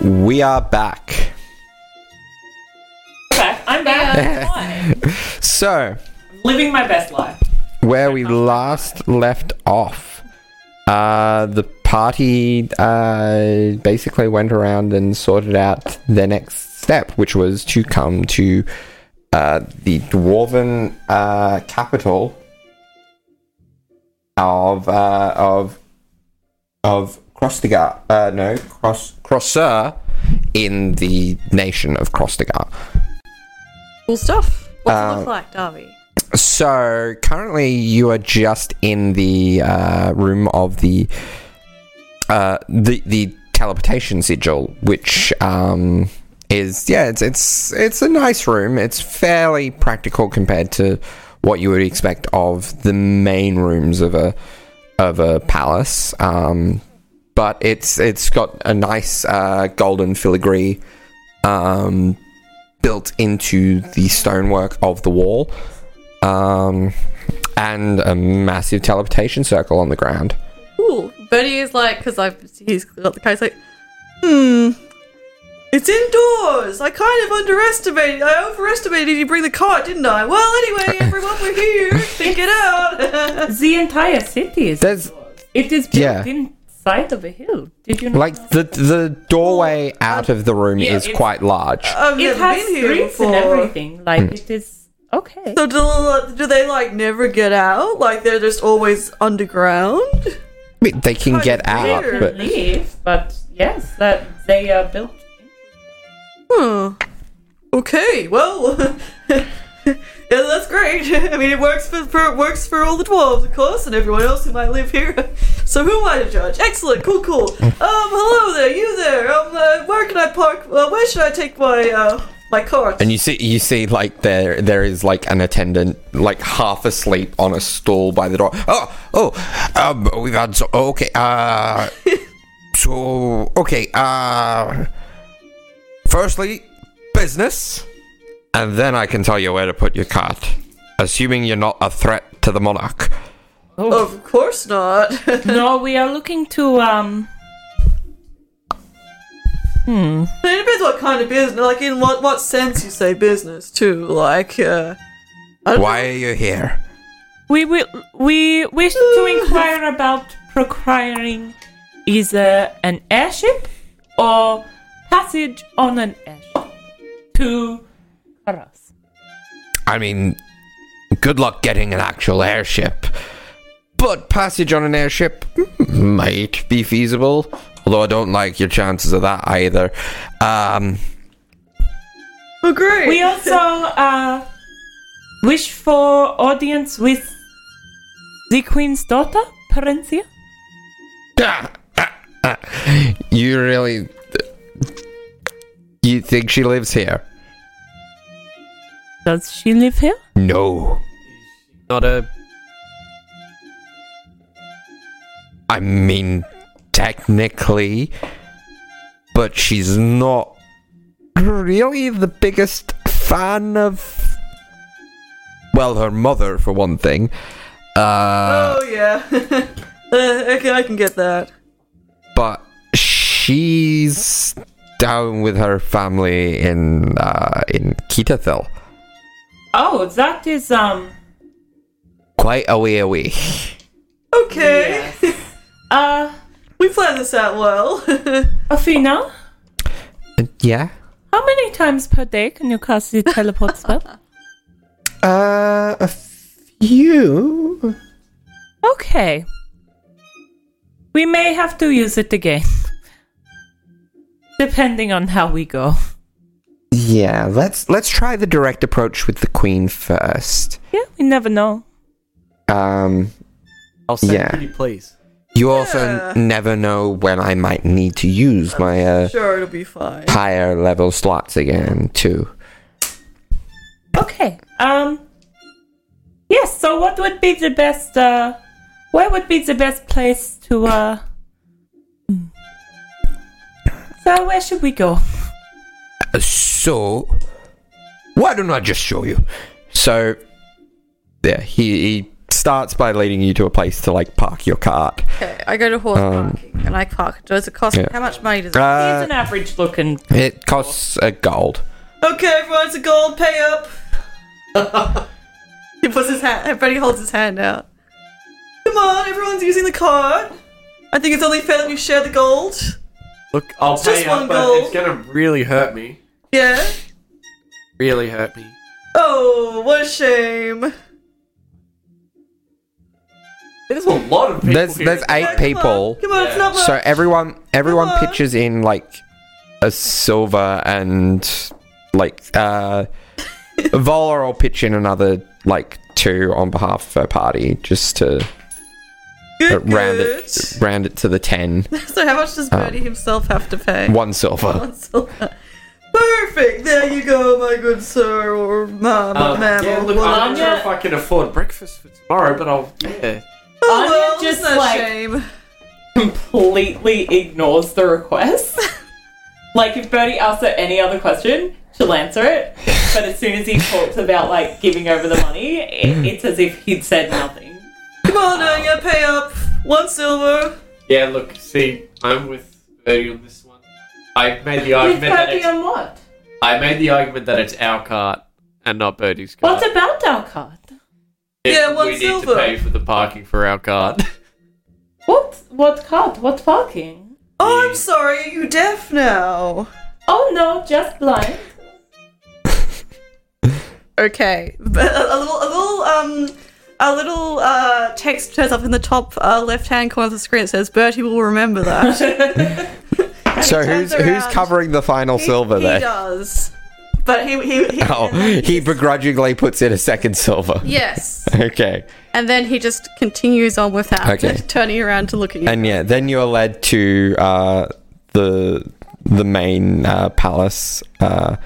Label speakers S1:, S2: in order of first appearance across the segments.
S1: We are back.
S2: I'm back. I'm back. Why?
S1: So,
S2: Living my best life.
S1: where we last left off, uh, the party uh, basically went around and sorted out their next step, which was to come to uh, the dwarven uh, capital of uh, of of Krostigar. Uh, no, Cross Crosser in the nation of Krostigar.
S3: Cool stuff. What's
S1: Um,
S3: it look like, Darby?
S1: So currently, you are just in the uh, room of the uh, the the teleportation sigil, which um, is yeah, it's it's it's a nice room. It's fairly practical compared to what you would expect of the main rooms of a of a palace. Um, but it's it's got a nice uh, golden filigree um, built into the stonework of the wall um, and a massive teleportation circle on the ground.
S3: Cool. Bernie is like, because I've he's got the case like, hmm. It's indoors. I kind of underestimated. I overestimated you bring the cart, didn't I? Well, anyway, everyone, we're here. Think it out.
S4: The entire city is.
S1: There's
S4: it is built
S1: yeah.
S4: inside of a hill. Did you know?
S1: like the the doorway out of the room
S4: yeah,
S1: is
S4: it's-
S1: quite large.
S3: I've
S4: it
S3: never
S4: has
S3: been here
S4: streets
S3: before.
S4: and everything. Like
S1: Hmm.
S4: it is okay.
S3: So do, do they like never get out? Like they're just always underground?
S1: I mean, they can
S3: kind
S1: get
S3: of
S1: out,
S3: weird.
S1: but
S4: Leave, but yes, that they are built.
S3: Huh. Okay. Well, yeah, that's great. I mean, it works for, for it works for all the dwarves, of course, and everyone else who might live here. So who am I to judge? Excellent. Cool. Cool. Um. Hello there. You there. Um. Uh, where can I park? Uh, where should I take my uh my cart?
S1: and you see you see like there there is like an attendant like half asleep on a stool by the door. Oh oh, um, we've had so okay uh, so okay uh, firstly business, and then I can tell you where to put your cart, assuming you're not a threat to the monarch.
S3: of course not.
S4: No, we are looking to um.
S3: It depends what kind of business, like in what what sense you say business too. Like, uh, I don't
S1: Why are you here?
S4: We will. We wish to inquire about procuring either an airship or passage on an airship to Karas.
S1: I mean, good luck getting an actual airship. But passage on an airship hmm, might be feasible. Although I don't like your chances of that either. Um,
S3: know. agree.
S4: We also uh, wish for audience with the Queen's daughter, Parencia.
S1: you really. You think she lives here?
S4: Does she live here?
S1: No.
S5: Not a.
S1: I mean, technically. But she's not really the biggest fan of. Well, her mother, for one thing. Uh.
S3: oh yeah. uh, okay, I can get that.
S1: but she's down with her family in uh, in Kitethil,
S4: Oh, that is um.
S1: quite a way away.
S3: Okay.
S4: Uh,
S3: We planned this out well.
S4: Athena,
S1: Yeah.
S4: how many times per day can you cast the teleport spell?
S1: Uh, a few.
S4: Okay. We may have to use it again. Depending on how we go.
S1: Yeah. Let's let's try the direct approach with the queen first.
S4: Yeah, we never know.
S1: Um,
S5: I'll send
S1: Yeah.
S5: pretty please.
S1: you also
S3: Yeah.
S1: n- never know when I might need to use my uh,
S3: sure, it'll be fine.
S1: higher level slots again too.
S4: Okay. Um Yes, so what would be the best uh where would be the best place to uh hmm. So where should we go?
S1: Uh, So, why don't I just show you? So, yeah, he, he starts by leading you to a place to like park your cart.
S3: Okay, I go to horse
S1: Um,
S3: parking and I park. Does it cost?
S1: yeah.
S3: How much money does it?
S1: Uh,
S4: He's an average looking.
S1: it costs a gold.
S3: okay, everyone, it's a gold pay up. he puts his hand. Everybody holds his hand out. Come on, everyone's using the card. I think it's only fair that we share the gold.
S6: Look, I'll
S3: It's just
S6: pay up,
S3: one
S6: but
S3: gold.
S6: it's gonna really hurt me.
S3: Yeah.
S6: Really hurt me.
S3: Oh, what a shame.
S6: There's a lot of people.
S1: There's
S6: here.
S1: there's
S3: Yeah,
S1: eight
S3: come
S1: people.
S3: On. Come on, it's not much.
S1: So everyone everyone
S3: Come on.
S1: pitches in like a silver and like uh Vola will pitch in another like two on behalf of her party just to
S3: good,
S1: uh, round
S3: good.
S1: it round it to the ten.
S3: So how much does
S1: Uh,
S3: Birdie himself have to pay?
S1: One silver.
S3: One silver. Perfect. There you go, my good sir or ma'am,
S6: Um,
S3: ma'am.
S6: yeah,
S3: or
S6: look,
S3: woman.
S6: I don't know if I can afford breakfast for tomorrow, but I'll. Yeah.
S3: Oh,
S7: Anya
S3: well,
S7: just,
S3: that's a
S7: like-
S3: shame.
S7: Completely ignores the request. like if Bertie asks her any other question, she'll answer it. But as soon as he talks about like giving over the money,
S1: Hmm.
S7: it, it's as if he'd said nothing.
S3: Come on, Anya, pay up. One silver.
S6: Yeah, look, see, I'm with Bertie on this one. I made the argument that
S7: Bertie
S6: it's,
S7: on what?
S6: I made the argument that it's our cart and not Birdie's cart.
S4: What about our card?
S6: If
S3: Yeah, one
S6: we
S3: silver.
S6: need to pay for the parking for our cart.
S4: What? What card? What parking?
S3: Oh,
S6: Mm.
S3: I'm sorry. Are you deaf now?
S4: Oh no, just blind.
S3: Okay. But a, a little, a little, um, a little uh, text turns up in the top uh, left-hand corner of the screen. It says, "Bertie will remember that."
S1: So
S3: turns
S1: who's who's
S3: around.
S1: covering the final silver
S3: he,
S1: there?
S3: does. But he, he, he
S1: Oh, he begrudgingly puts in a second silver.
S3: yes.
S1: Okay.
S3: And then he just continues on with that,
S1: Okay.
S3: turning around to look at you.
S1: And yeah, then you're led to uh, the the main uh, palace uh,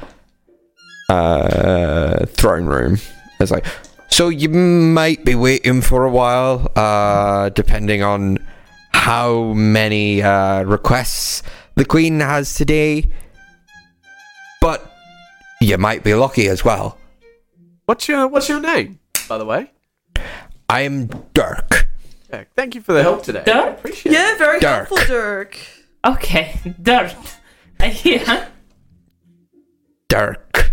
S1: uh, throne room. It's like, so you might be waiting for a while, uh, depending on how many uh, requests the queen has today. But you might be lucky as well.
S6: What's your What's your name, by the way?
S1: I'm Dirk.
S6: Yeah, thank you for the help today. I
S4: Dirk?
S6: appreciate it.
S3: yeah, very
S1: Dirk.
S3: helpful, Dirk.
S4: Okay, dirt. Yeah.
S1: Dirk.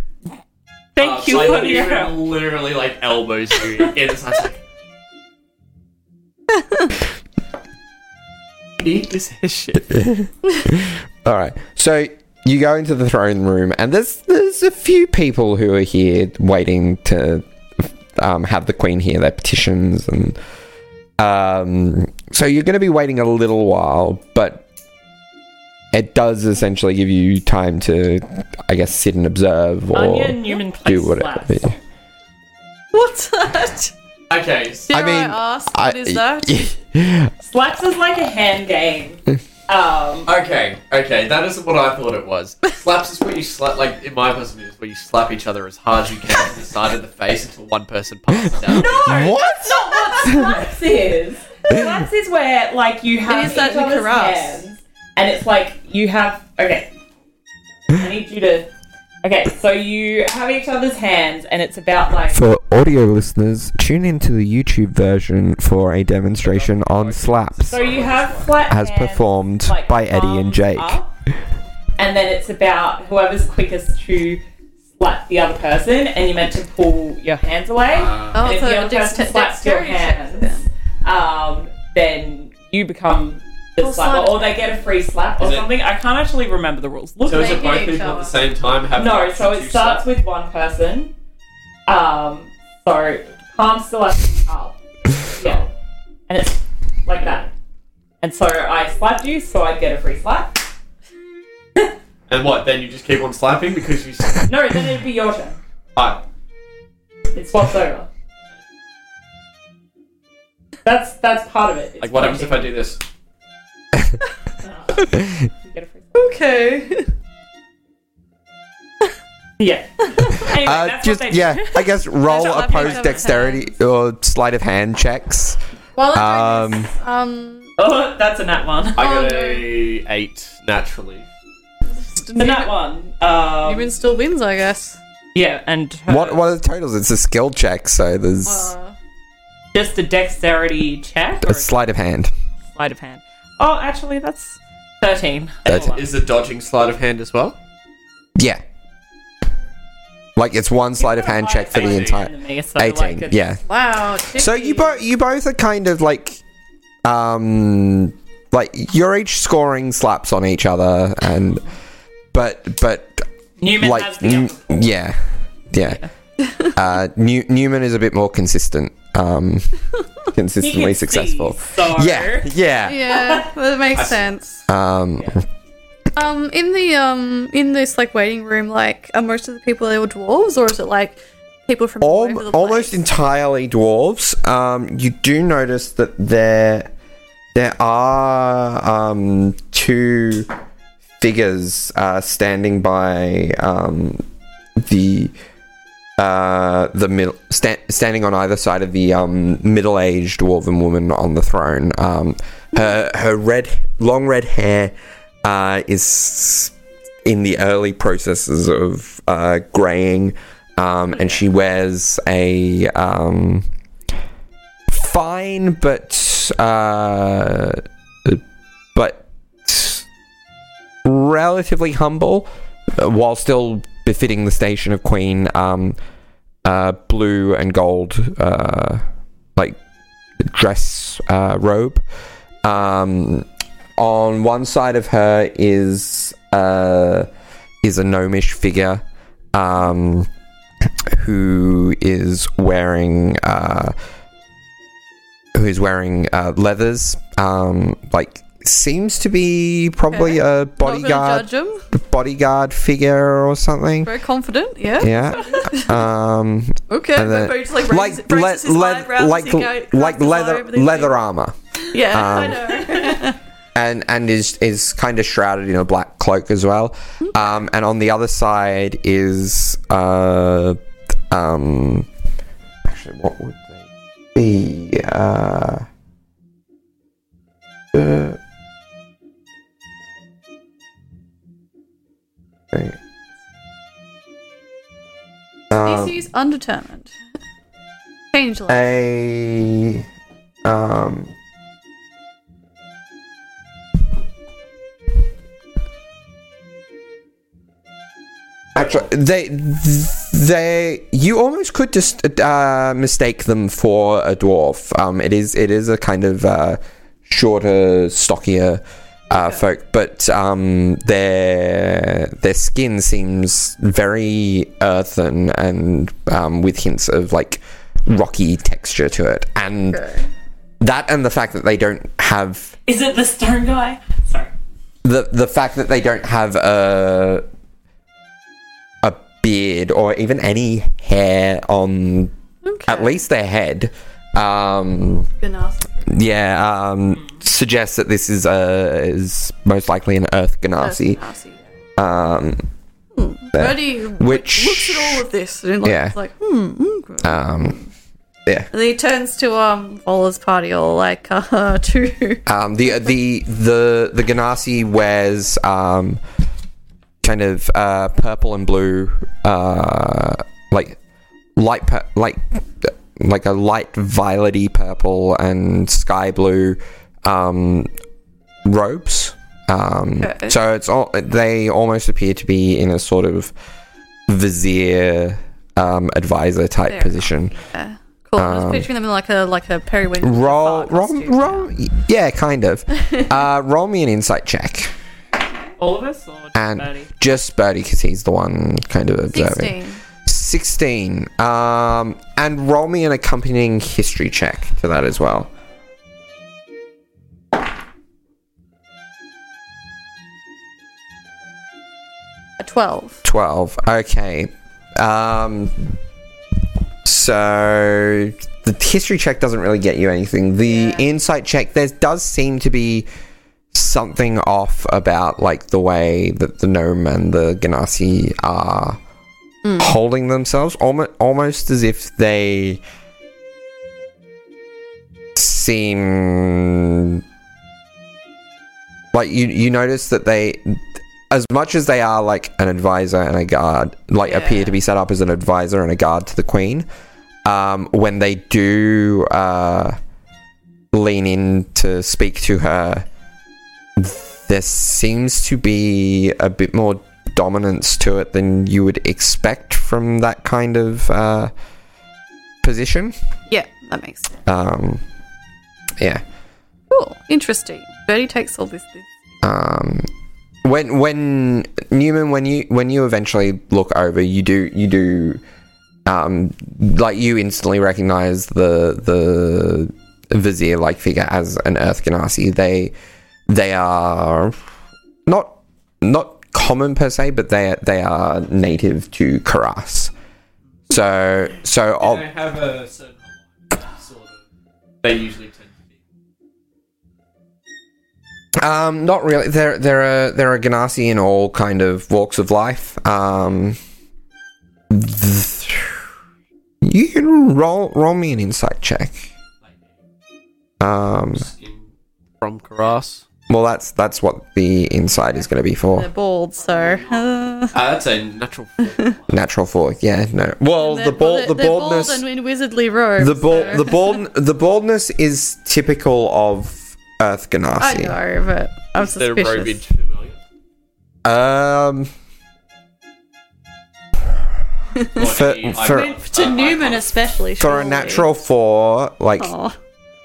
S4: Thank
S6: Uh,
S4: you
S6: so I
S4: for
S6: think
S4: your
S6: even
S4: help.
S6: literally like elbows you in the side, like. Need this shit.
S1: All right. So you go into the throne room, and there's there's a few people who are here waiting to um, have the queen hear their petitions, and um, so you're going to be waiting a little while, but it does essentially give you time to, I guess, sit and observe or
S4: Onion Newman place
S1: do whatever.
S4: slaps.
S3: What's that?
S6: Okay, so
S1: I
S3: Dare I,
S1: mean,
S3: ask what is that?
S4: Slaps is like a hand game. Um,
S6: Okay, okay, that isn't what I thought it was. Slaps is where you slap, like, in my personal view, is where you slap each other as hard as you can to the side of the face until one person passes out. No!
S1: What?
S4: not what slaps is. Slaps is where like you have
S3: is
S4: each
S3: that in
S4: other's
S3: Karas.
S4: hands, and it's like you have. Okay, I need you to. Okay, so you have each other's hands, and it's about like
S1: For audio listeners, tune into the YouTube version for a demonstration on slaps.
S4: so you have flat
S1: as
S4: hands,
S1: performed
S4: like,
S1: by Eddie and
S4: thumbs
S1: Jake.
S4: up, and then it's about whoever's quickest to slap the other person, and you're meant to pull your hands away.
S6: Uh,
S3: Oh,
S4: And if
S3: so
S4: the other
S3: dex-
S4: person slaps your
S3: dexterity check.
S4: hands, um, then you become the
S3: Or
S4: slapper,
S3: slap.
S4: or they get a free slap or
S6: Is it-
S4: something. I can't actually remember the rules. Look,
S6: So is
S3: They
S6: it both
S3: hit each
S6: people at
S3: other.
S6: the same time having
S4: no, so it starts with one person. Um, so palm still has up, yeah, and it's like that. And so I slapped you, so I get a free slap.
S6: And what, then you just keep on slapping because you.
S4: No, then it'd be your turn.
S6: Alright,
S4: It swaps over. That's that's part of it. It's
S6: like, what happens if I do this?
S4: Uh, you get a free slap.
S3: okay.
S4: Yeah. anyway,
S1: Uh,
S4: that's
S1: just
S4: what they do.
S1: yeah, I guess roll
S3: Don't laugh
S1: opposed
S3: at
S1: dexterity or sleight of hand checks.
S3: While I'm
S1: Um,
S3: doing this, um,
S4: Oh, that's a nat one.
S6: I
S3: Oh,
S6: got
S3: no.
S6: a 8 naturally.
S4: The nat one. Um,
S3: Newman still wins, I guess.
S4: yeah, and
S1: Um,
S4: Oh,
S1: What what are the totals? It's a skill check, so there's
S3: Uh,
S8: Just a dexterity check or
S1: A sleight of hand.
S8: a sleight of hand. Oh, actually, that's thirteen.
S1: That's-
S6: Is the dodging sleight of hand as well?
S1: Yeah. Like it's one sleight of hand check for the entire
S8: Me, so, like,
S1: eighteen.
S8: it's-
S1: yeah.
S3: Wow.
S1: So you both you both are kind of like, um, like you're each scoring slaps on each other, and but but
S8: Newman has
S1: like
S8: the
S1: New- yeah, yeah. uh, New- Newman is a bit more consistent, um,
S8: You can
S1: consistently successful.
S8: See, so
S1: Yeah, yeah.
S3: Yeah, that makes sense.
S1: Um,
S3: Um, in the um, in this like waiting room, like are most of the people there were dwarves, or is it like people from all,
S1: Al-
S3: over the
S1: almost
S3: place?
S1: entirely dwarves. Um, you do notice that there there are um, two figures uh, standing by um, the uh, the middle sta- standing on either side of the um, middle aged dwarven woman on the throne. Um, her her red long red hair uh, is in the early processes of uh, graying, um, and she wears a um, fine but uh, but relatively humble, uh, while still befitting the station of queen. Um, uh, blue and gold, uh, like dress uh, robe. Um, on one side of her is uh, is a gnomish figure um, who is wearing uh, who is wearing uh, leathers um, like seems to be probably a
S3: Not gonna
S1: bodyguard
S3: judge 'em.
S1: bodyguard figure or something
S3: Very confident. Yeah.
S1: yeah um
S3: Okay.
S1: and then-
S3: but just, like,
S1: like
S3: raises,
S1: le-
S3: raises his
S1: le-
S3: eyebrows,
S1: like
S3: he go-
S1: like
S3: casts his eye
S1: leather
S3: over these
S1: leather
S3: people.
S1: armor
S3: Yeah, I
S1: um,
S3: know.
S1: and and is is kind of shrouded in a black cloak as well
S3: Mm-hmm.
S1: um and on the other side is uh um actually what would they be uh uh, wait. Um, uh,
S3: Species undetermined. Changeling.
S1: a um Actually, they, they, you almost could just uh, mistake them for a dwarf. Um, it is, it is a kind of uh, shorter, stockier uh, folk, but um, their their skin seems very earthen and um, with hints of like rocky texture to it, and that, and the fact that they don't have
S8: Is it the stone guy? Sorry.
S1: the the fact that they don't have a a beard or even any hair on
S3: Okay.
S1: at least their head um
S3: Been asked.
S1: yeah um suggests that this is a is most likely an earth ganassi
S3: Genasi.
S1: um
S3: Brody
S1: Which-
S3: looks at all of this and like,
S1: Yeah.
S3: is like hmm. okay."
S1: um yeah
S3: And then he turns to um Vola's party all like uh to
S1: Um, the the the the Ganassi wears um, kind of uh, purple and blue, uh, like light pur- like like a light violety purple and sky blue um, robes. Um,
S3: Okay.
S1: So it's all they almost appear to be in a sort of vizier um, advisor type
S3: Fair
S1: position.
S3: yeah. Cool. I was
S1: Um,
S3: picturing them in like a like a periwinkle.
S1: Roll,
S3: fart
S1: roll,
S3: costume.
S1: roll. Yeah, kind of. uh, roll me an insight check,
S8: All of us or just
S1: and
S8: Bernie?
S1: just Birdie because he's the one kind of observing.
S3: Sixteen.
S1: Sixteen. Um, and roll me an accompanying history check to that as well.
S3: A twelve.
S1: 12 okay um so the history check doesn't really get you anything the insight check there does seem to be something off about like the way that the gnome and the ganassi are holding themselves almost, almost as if they seem like you you notice that they as much as they are like an advisor and a guard like appear to be set up as an advisor and a guard to the queen um, when they do uh, lean in to speak to her, there seems to be a bit more dominance to it than you would expect from that kind of uh, position.
S3: Yeah, that makes sense.
S1: Um, yeah.
S3: Cool. Interesting. Birdie takes all this. this.
S1: um, when when Newman when you when you eventually look over you do you do um, like you instantly recognize the the vizier like figure as an Earth Ganassi they they are not not common per se but they they are native to Karas so so
S6: They
S1: ob-
S6: don't have a certain hotline, sort of. They usually tend to be.
S1: Um, not really. There, there are there are Ganassi in all kind of walks of life. Um, th- you can roll roll me an insight check. Um,
S6: In, from Karas.
S1: well, that's that's what the insight is going to be
S3: They're
S1: for.
S3: bald, so. Uh,
S6: Ah, that's a natural.
S1: Natural four. Yeah, no. Well,
S3: they're
S1: the bald, the
S3: they're
S1: baldness,
S3: Bald and in wizardly robes.
S1: the bald,
S3: so-
S1: the bald, the baldness is typical of Earth
S3: I
S1: Ganassi.
S3: know, but I'm
S6: Their
S3: suspicious.
S6: robage familiar.
S1: Um,
S6: Or
S1: For-
S6: any- I-
S1: for-
S6: I-
S3: to
S6: I-
S3: Newman,
S6: I-
S3: especially.
S1: for a
S3: surely.
S1: natural four, like
S3: Aw.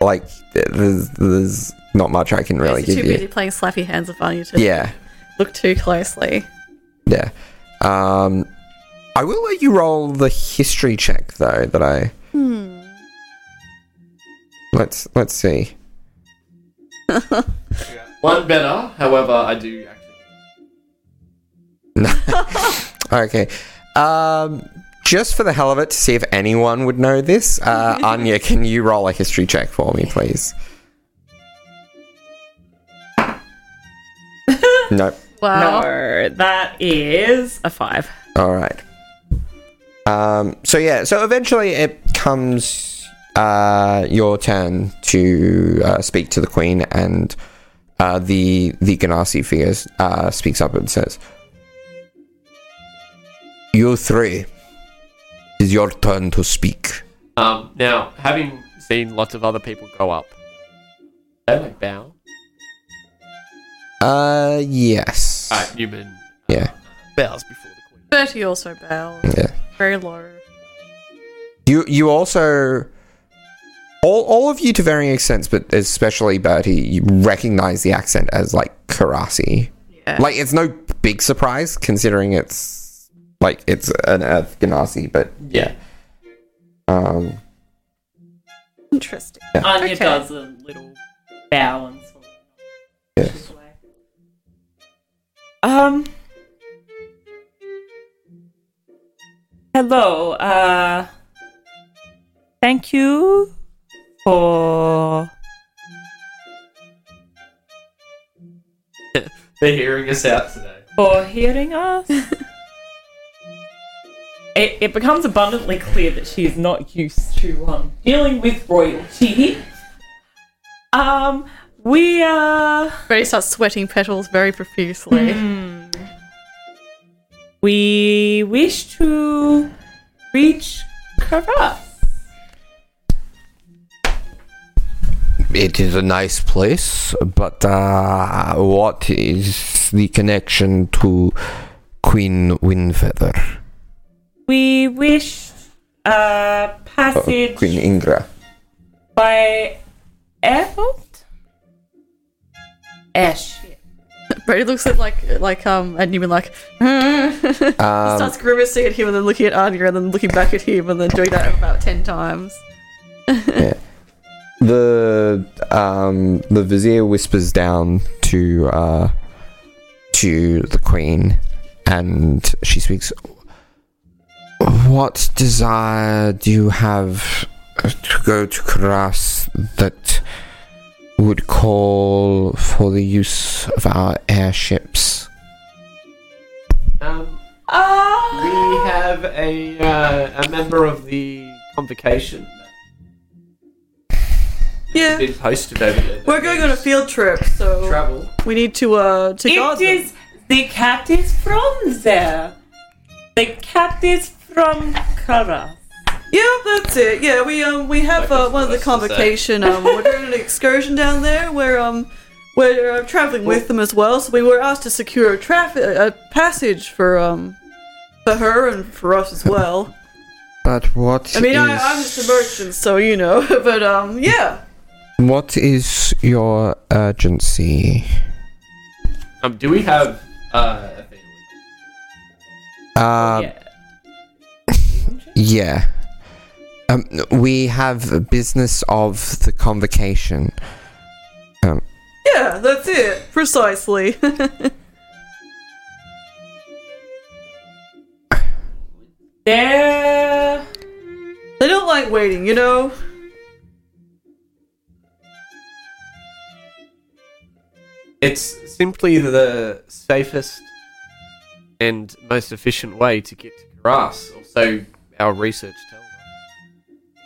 S1: like th- there's, there's not much I can really
S3: He's too
S1: give
S3: busy
S1: you.
S3: playing slappy hands upon you to
S1: Yeah,
S3: look too closely.
S1: yeah. Um, I will let you roll the history check though. That I
S3: Hmm.
S1: let's let's see.
S6: One better, however, I do actually.
S1: Okay. Um, just for the hell of it, to see if anyone would know this, uh, Anya, can you roll a history check for me, please? nope.
S9: Uh,
S3: Wow.
S4: No, that is a five.
S1: All right. Um, so yeah, so eventually it comes uh, your turn to uh, speak to the queen, and uh, the the Ganassi figure uh, speaks up and says, "You three, is your turn to speak."
S6: Um, now, having seen lots of other people go up, they like bow.
S1: Uh, yes.
S6: Alright, Newman
S1: Yeah,
S6: bows before the queen.
S3: Bertie also bows.
S1: yeah.
S3: Very low.
S1: You you also all all of you to varying extents, but especially Bertie, you recognize the accent as like Karasi.
S3: Yeah.
S1: Like it's no big surprise considering it's like it's an Earth Ganassi, but
S6: Yeah.
S1: um
S3: Interesting.
S4: Anya
S3: Okay.
S4: does a little bow and sort of
S1: yes.
S4: Um. Hello. Uh. Thank you for.
S6: They're hearing us out today.
S4: for hearing us. it, it becomes abundantly clear that she is not used to um, dealing with royalty. Um, we uh,
S3: Bertie starts sweating petals very profusely.
S4: we wish to reach Karas.
S1: It is a nice place, but uh what is the connection to Queen Windfeather?
S4: We wish uh, passage
S1: Queen Ingra.
S4: by airport. Ash.
S3: Bertie looks at like like um and Newman like
S1: Um,
S3: starts grimacing at him and then looking at Anya and then looking back at him and then doing that about ten times.
S1: the um the vizier whispers down to uh to the queen and she speaks what desire do you have to go to Karas that would call for the use of our airships
S6: Um,
S4: Ah.
S6: we have a uh, a member of the convocation
S3: Yeah.
S6: been posted over there.
S3: We're going on a field trip, so
S6: travel.
S3: we need to uh to guard
S4: It
S3: them.
S4: is the cat is from there. The cat is from Kara.
S3: Yeah, that's it. Yeah, we um we have
S6: Like,
S3: uh, one of the
S6: that's what I was gonna
S3: convocation. Um, we're doing an excursion down there where um we're uh, traveling with them as well. So we were asked to secure a traffic a passage for um for her and for us as well.
S1: But what
S3: I mean, I,
S1: is-
S3: I'm just a merchant, so you know. But um, yeah.
S1: what is your urgency?
S6: Um, do we have uh, a thing?
S1: Um,
S4: yeah.
S1: Yeah. Um, we have a business of the convocation.
S3: Yeah, that's it. Precisely.
S4: There.
S3: they don't like waiting, you know?
S6: It's simply the safest and most efficient way to get to Karas, or so our research tells us.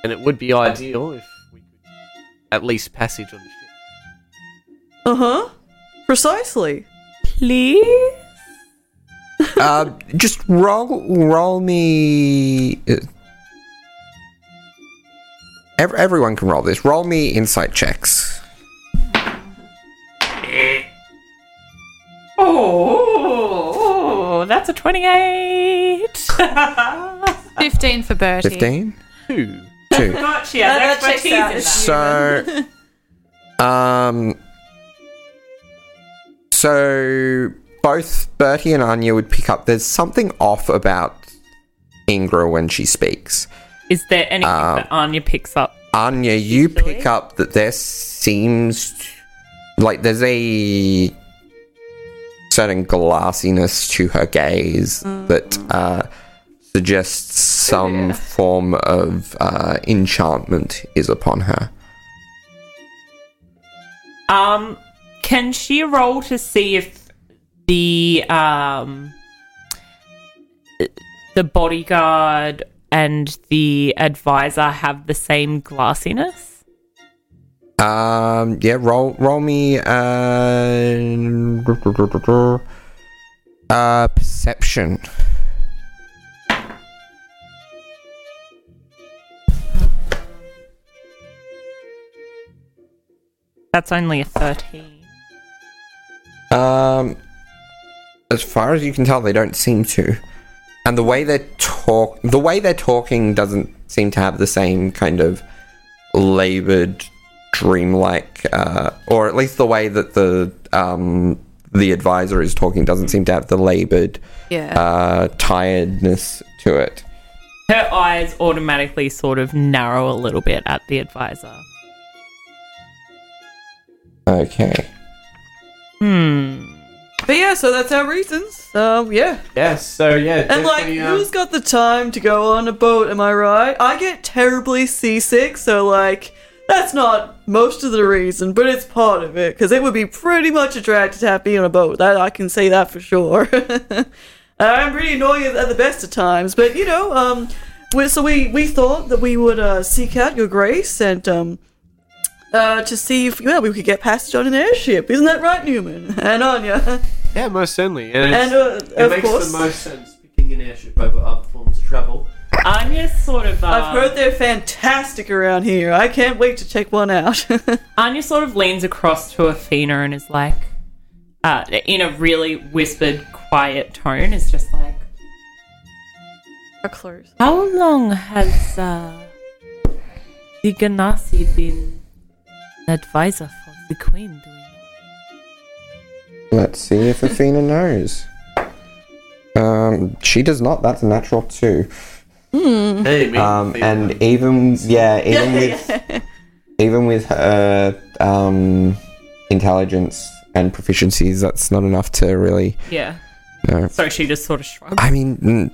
S6: And it would be ideal if we could at least passage on the ship.
S3: Uh huh. Precisely.
S4: Please?
S1: uh, just roll, roll me. uh, ev- everyone can roll this. Roll me insight checks.
S4: Oh, that's a 28. Gotcha.
S9: 15 for Bertie.
S1: Fifteen.
S6: Two.
S1: Two.
S4: That,
S3: that checks
S4: expertise
S3: out.
S4: in that.
S1: So, um, so both Bertie and Anya would pick up. There's something off about Ingra when she speaks.
S4: Is there anything
S1: Um,
S4: that Anya picks up?
S1: Anya, you pick up that there seems t- like there's a certain glassiness to her gaze that uh, suggests some form of uh, enchantment is upon her.
S4: Um, can she roll to see if the um the bodyguard and the advisor have the same glassiness?
S1: Um, yeah, roll, roll me uh, uh, perception.
S4: That's only a thirteen.
S1: Um, as far as you can tell, they don't seem to. And the way they're talk, the way they're talking doesn't seem to have the same kind of labored, dreamlike, uh, or at least the way that the um, the advisor is talking doesn't seem to have the labored,
S9: Yeah.
S1: uh, tiredness to it.
S4: Her eyes automatically sort of narrow a little bit at the advisor.
S1: Okay.
S4: Hmm.
S3: But yeah, so that's our reasons. Um, yeah.
S6: Yes, so yeah.
S3: And like,
S6: definitely, um,
S3: who's got the time to go on a boat? Am I right? I get terribly seasick, so like, that's not most of the reason, but it's part of it because it would be pretty much a drag to have me on a boat. That I can say that for sure. Uh, I'm pretty annoying at the best of times, but you know, um, we, so we we thought that we would uh, seek out your grace and um. Uh, to see if yeah, we could get passage on an airship, isn't that right, Newman and Anya?
S6: Yeah, most certainly. And, it's-
S3: And uh,
S6: it
S3: of
S6: makes
S3: course,
S6: the most sense picking an airship over other forms of travel.
S4: Anya's sort of. Uh,
S3: I've heard they're fantastic around here. I can't wait to check one out.
S4: Anya sort of leans across to Athena and is like, uh, in a really whispered, quiet tone, is just like,
S3: close.
S4: How long has uh, the Ganassi been an advisor for the Queen doing?
S1: Let's see if Athena knows. Um, she does not. That's a natural two.
S3: Mm-hmm.
S6: Hey, me
S1: Um,
S6: the-
S1: and even yeah, even with even with her um, intelligence and proficiencies, that's not enough to really.
S4: Yeah.
S1: No.
S4: So she just sort of shrugs.
S1: I mean, mm,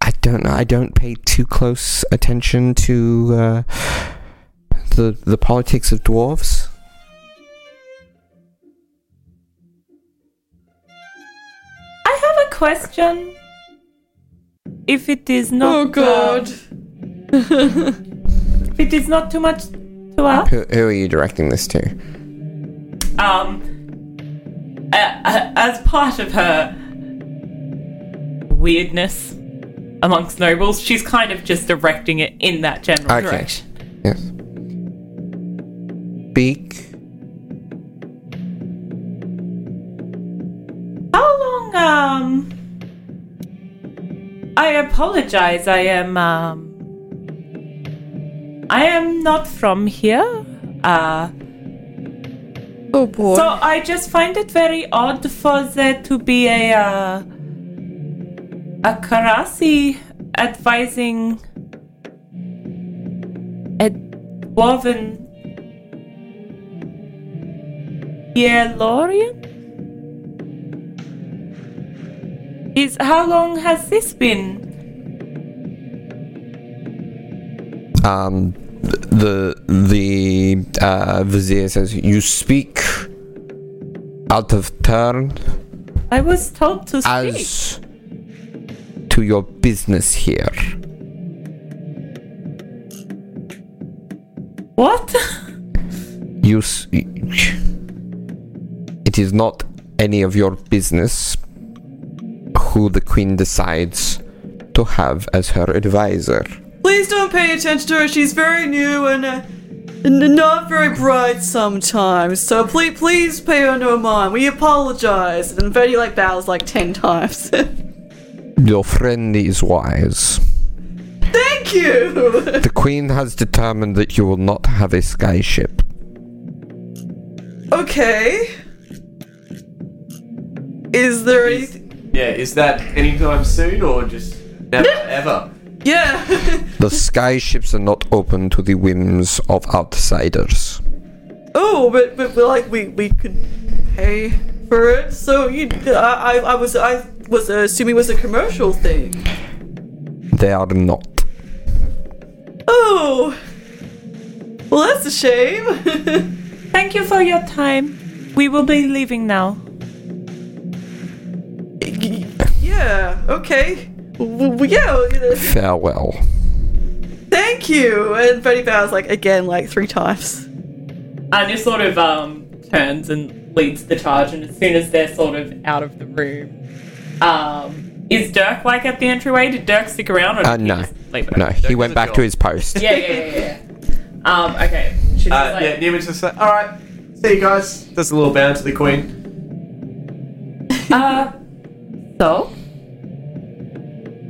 S1: I don't know. I don't pay too close attention to uh, the the politics of dwarves.
S4: I have a question. If it is not, uh,
S3: Oh god.
S4: if it is not too much to ask,
S1: Who, who are you directing this to?
S4: um, uh, a- a- as part of her weirdness amongst nobles. She's kind of just directing it in that general
S1: Okay.
S4: direction.
S1: Yes. Beak.
S4: How long? Um, I apologize. I am. Um, I am not from here. Uh,
S3: Oh boy.
S4: So I just find it very odd for there to be a uh, a Karasi advising a dwarven Yelorian. Is how long has this been?
S1: Um, the the uh, vizier says, "You speak out of turn
S4: I was told to speak.
S1: as to your business here."
S4: What?
S1: You. S- it is not any of your business who the queen decides to have as her advisor.
S3: Please don't pay attention to her. She's very new and uh, n- not very bright sometimes. So please, please pay her no mind. We apologize. And Betty like bows like ten times.
S1: Your friend is wise.
S3: Thank you.
S1: The queen has determined that you will not have a skyship.
S3: okay. Is there anything?
S6: Yeah, is that anytime soon or just never ever? Uh,
S3: Yeah.
S1: The skyships are not open to the whims of outsiders.
S3: oh, but but well, like we we could pay for it. So you, I I, I was I was uh, assuming it was a commercial thing.
S1: They are not.
S3: Oh. Well, that's a shame.
S4: Thank you for your time. We will be leaving now.
S3: Yeah, okay. W- w- yeah, uh,
S1: Farewell.
S3: thank you. And Betty bows like again, like three times.
S4: Anya sort of um, turns and leads the charge, and as soon as they're sort of out of the room, um, is Dirk like at the entryway? Did Dirk stick around? Or did
S1: Uh,
S4: he
S1: no.
S4: just leave it?
S1: No, he went
S6: a
S1: back
S6: job.
S1: to his post.
S4: Yeah, yeah, yeah. yeah. um, okay. She's
S6: Uh,
S4: like,
S6: yeah, Nimit's just like, alright, see you guys. Does a little bow to the queen.
S4: uh, so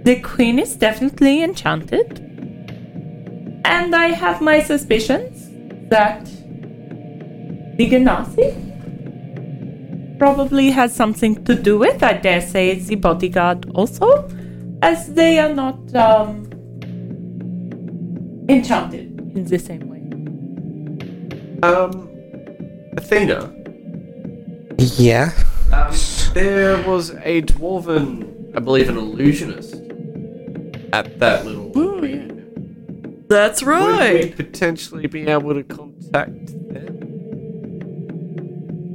S4: the queen is definitely enchanted, and I have my suspicions that the Ganassi probably has something to do with. I dare say it's the bodyguard also, as they are not um, enchanted in the same way.
S6: Um, Athena.
S1: Yeah.
S6: Um, there was a dwarven, I believe, an illusionist at that little. Would
S3: That's
S6: we
S3: right.
S6: potentially be able to contact them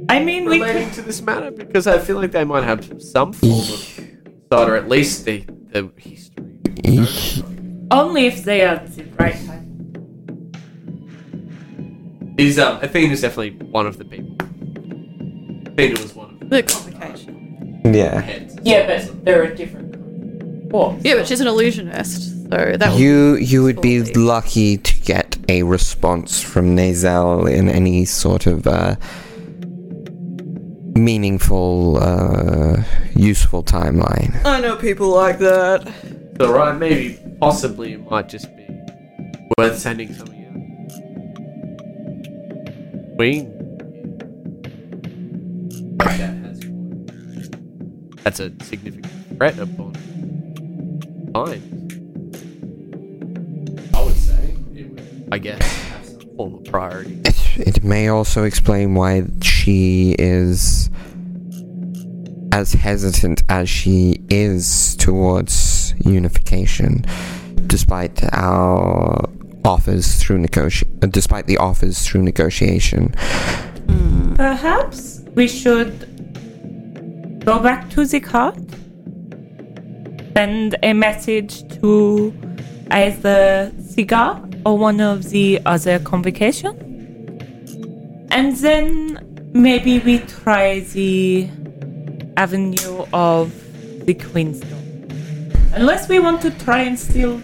S4: I mean, we could,
S6: relating to this matter? Because I feel like they might have some form of insight, or at least the, the history.
S4: only if they are the right type.
S6: Is um, Athena's definitely one of the people. Athena was one of the
S3: The complication.
S1: Yeah.
S6: heads.
S4: Yeah, but there are different kinds. What?
S3: Yeah, but she's an illusionist, so that would
S1: You you would be lucky to get a response from Nazel in any sort of uh, meaningful, uh, useful timeline.
S3: I know people like that.
S6: So, right, maybe, possibly, it might just be worth sending something out. We. That has- That's a significant threat upon time. I would say it would, I guess, have some form of priority.
S1: It may also explain why she is as hesitant as she is towards unification, despite our offers through negoti- despite the offers through negotiation.
S4: Perhaps we should go back to the cart. Send a message to either Cigar or one of the other convocation. And then maybe we try the avenue of the Queen's Door. Unless we want to try and steal.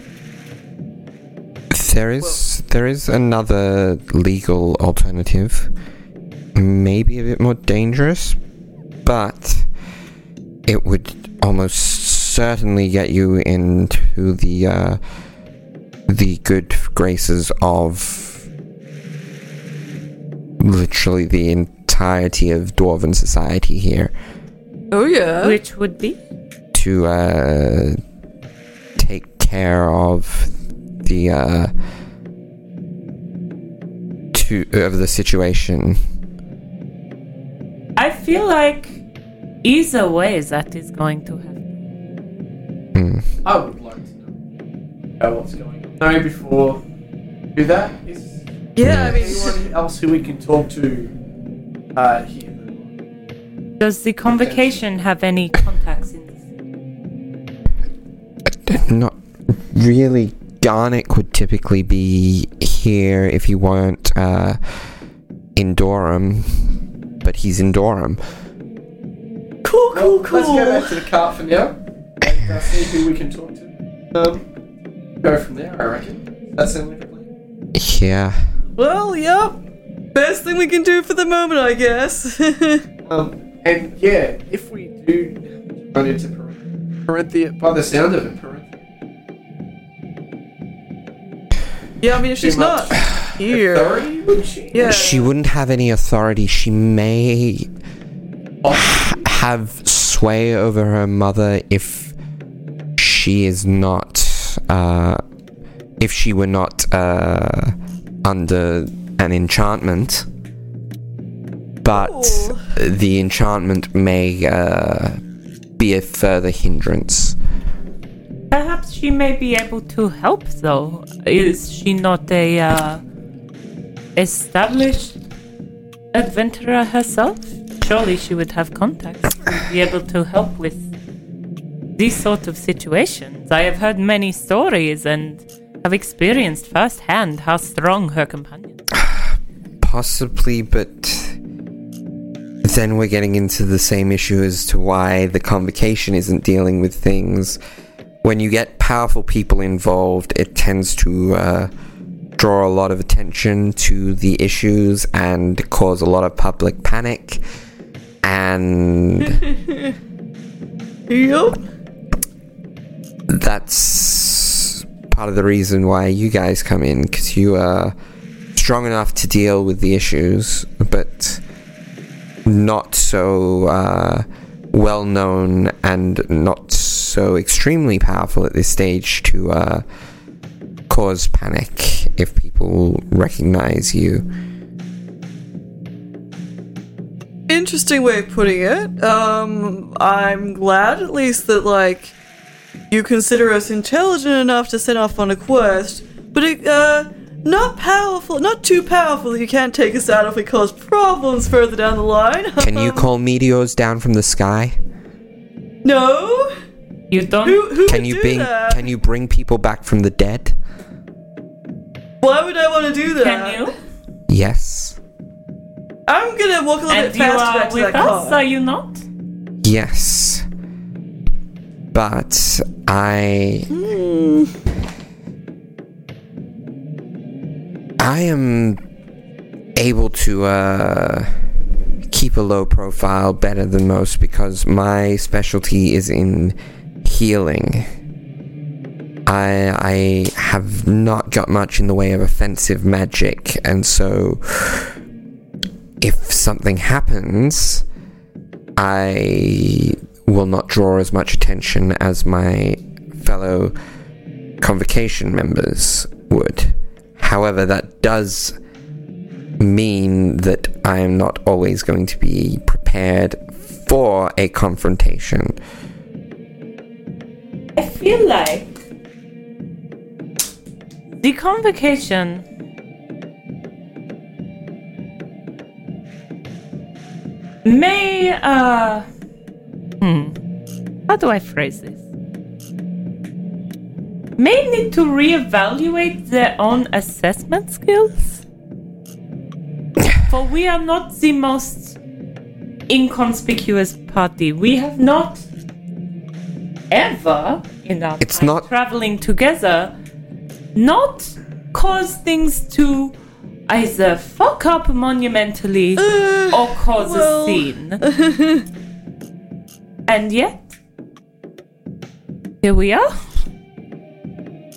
S1: There is there is another legal alternative, maybe a bit more dangerous, but it would almost certainly get you into the uh, the good graces of literally the entirety of dwarven society here
S3: Oh yeah.
S4: Which would be?
S1: to uh, take care of the uh, to of the situation.
S4: I feel like either way that is going to happen.
S1: Mm.
S6: I would like to know about what's going on. No, before we do that, is
S3: Yeah, I mean,
S6: anyone else who we can talk to uh, here?
S4: Does the convocation have any contacts in this?
S1: Not really. Garnick would typically be here if he weren't uh, in Durham, but he's in Durham.
S3: cool, cool, cool.
S6: Let's go back to the car for now and uh, see who we can talk to. Um, go from there, I reckon. That's in the plan.
S1: Yeah.
S3: Well, yep. Best thing we can do for the moment, I guess.
S6: Um, and yeah, if we do run into Parenthea, Parenthea by the sound of it, Parenthea,
S3: yeah, I mean, if she's
S6: Too much
S3: not here,
S6: authority, would she?
S3: yeah.
S1: She wouldn't have any authority. She may have sway over her mother if she is not, uh, if she were not uh, under an enchantment. But
S3: Ooh.
S1: the enchantment may uh, be a further hindrance.
S4: Perhaps she may be able to help, though. Is she not a uh, established adventurer herself? Surely she would have contacts to be able to help with these sort of situations. I have heard many stories and have experienced firsthand how strong her companions. are.
S1: Possibly, but then we're getting into the same issue as to why the convocation isn't dealing with things. When you get powerful people involved, it tends to uh, draw a lot of attention to the issues and cause a lot of public panic. And
S3: Yep.
S1: that's part of the reason why you guys come in, because you are strong enough to deal with the issues, but not so uh, well known and not so extremely powerful at this stage to uh, cause panic if people recognize you.
S3: Interesting way of putting it. Um, I'm glad at least that like you consider us intelligent enough to set off on a quest, but it, uh, not powerful, not too powerful that you can't take us out if we cause problems further down the line. Um,
S1: Can you call meteors down from the sky?
S3: no.
S4: You don't.
S3: Who, who
S1: Can
S3: would
S1: you
S3: do
S1: bring
S3: that?
S1: can you bring people back from the dead?
S3: Why would I want to do that?
S4: Can you?
S1: Yes.
S3: I'm gonna walk a little
S4: And
S3: bit
S4: you
S3: faster
S4: are
S3: back to
S4: with
S3: that
S4: us,
S3: car.
S4: are you not?
S1: Yes. But I. hmm, I am able to uh, keep a low profile better than most because my specialty is in healing. I, I have not got much in the way of offensive magic, and so if something happens, I will not draw as much attention as my fellow convocation members would. However, that does mean that I am not always going to be prepared for a confrontation.
S4: I feel like the convocation may uh hmm, how do I phrase this? May need to reevaluate their own assessment skills. For we are not the most inconspicuous party. We have not ever
S8: in our
S1: It's
S8: time
S1: not-
S8: traveling together, not cause things to either fuck up monumentally
S1: Uh,
S8: or cause
S3: well.
S8: a scene. and yet, here we are.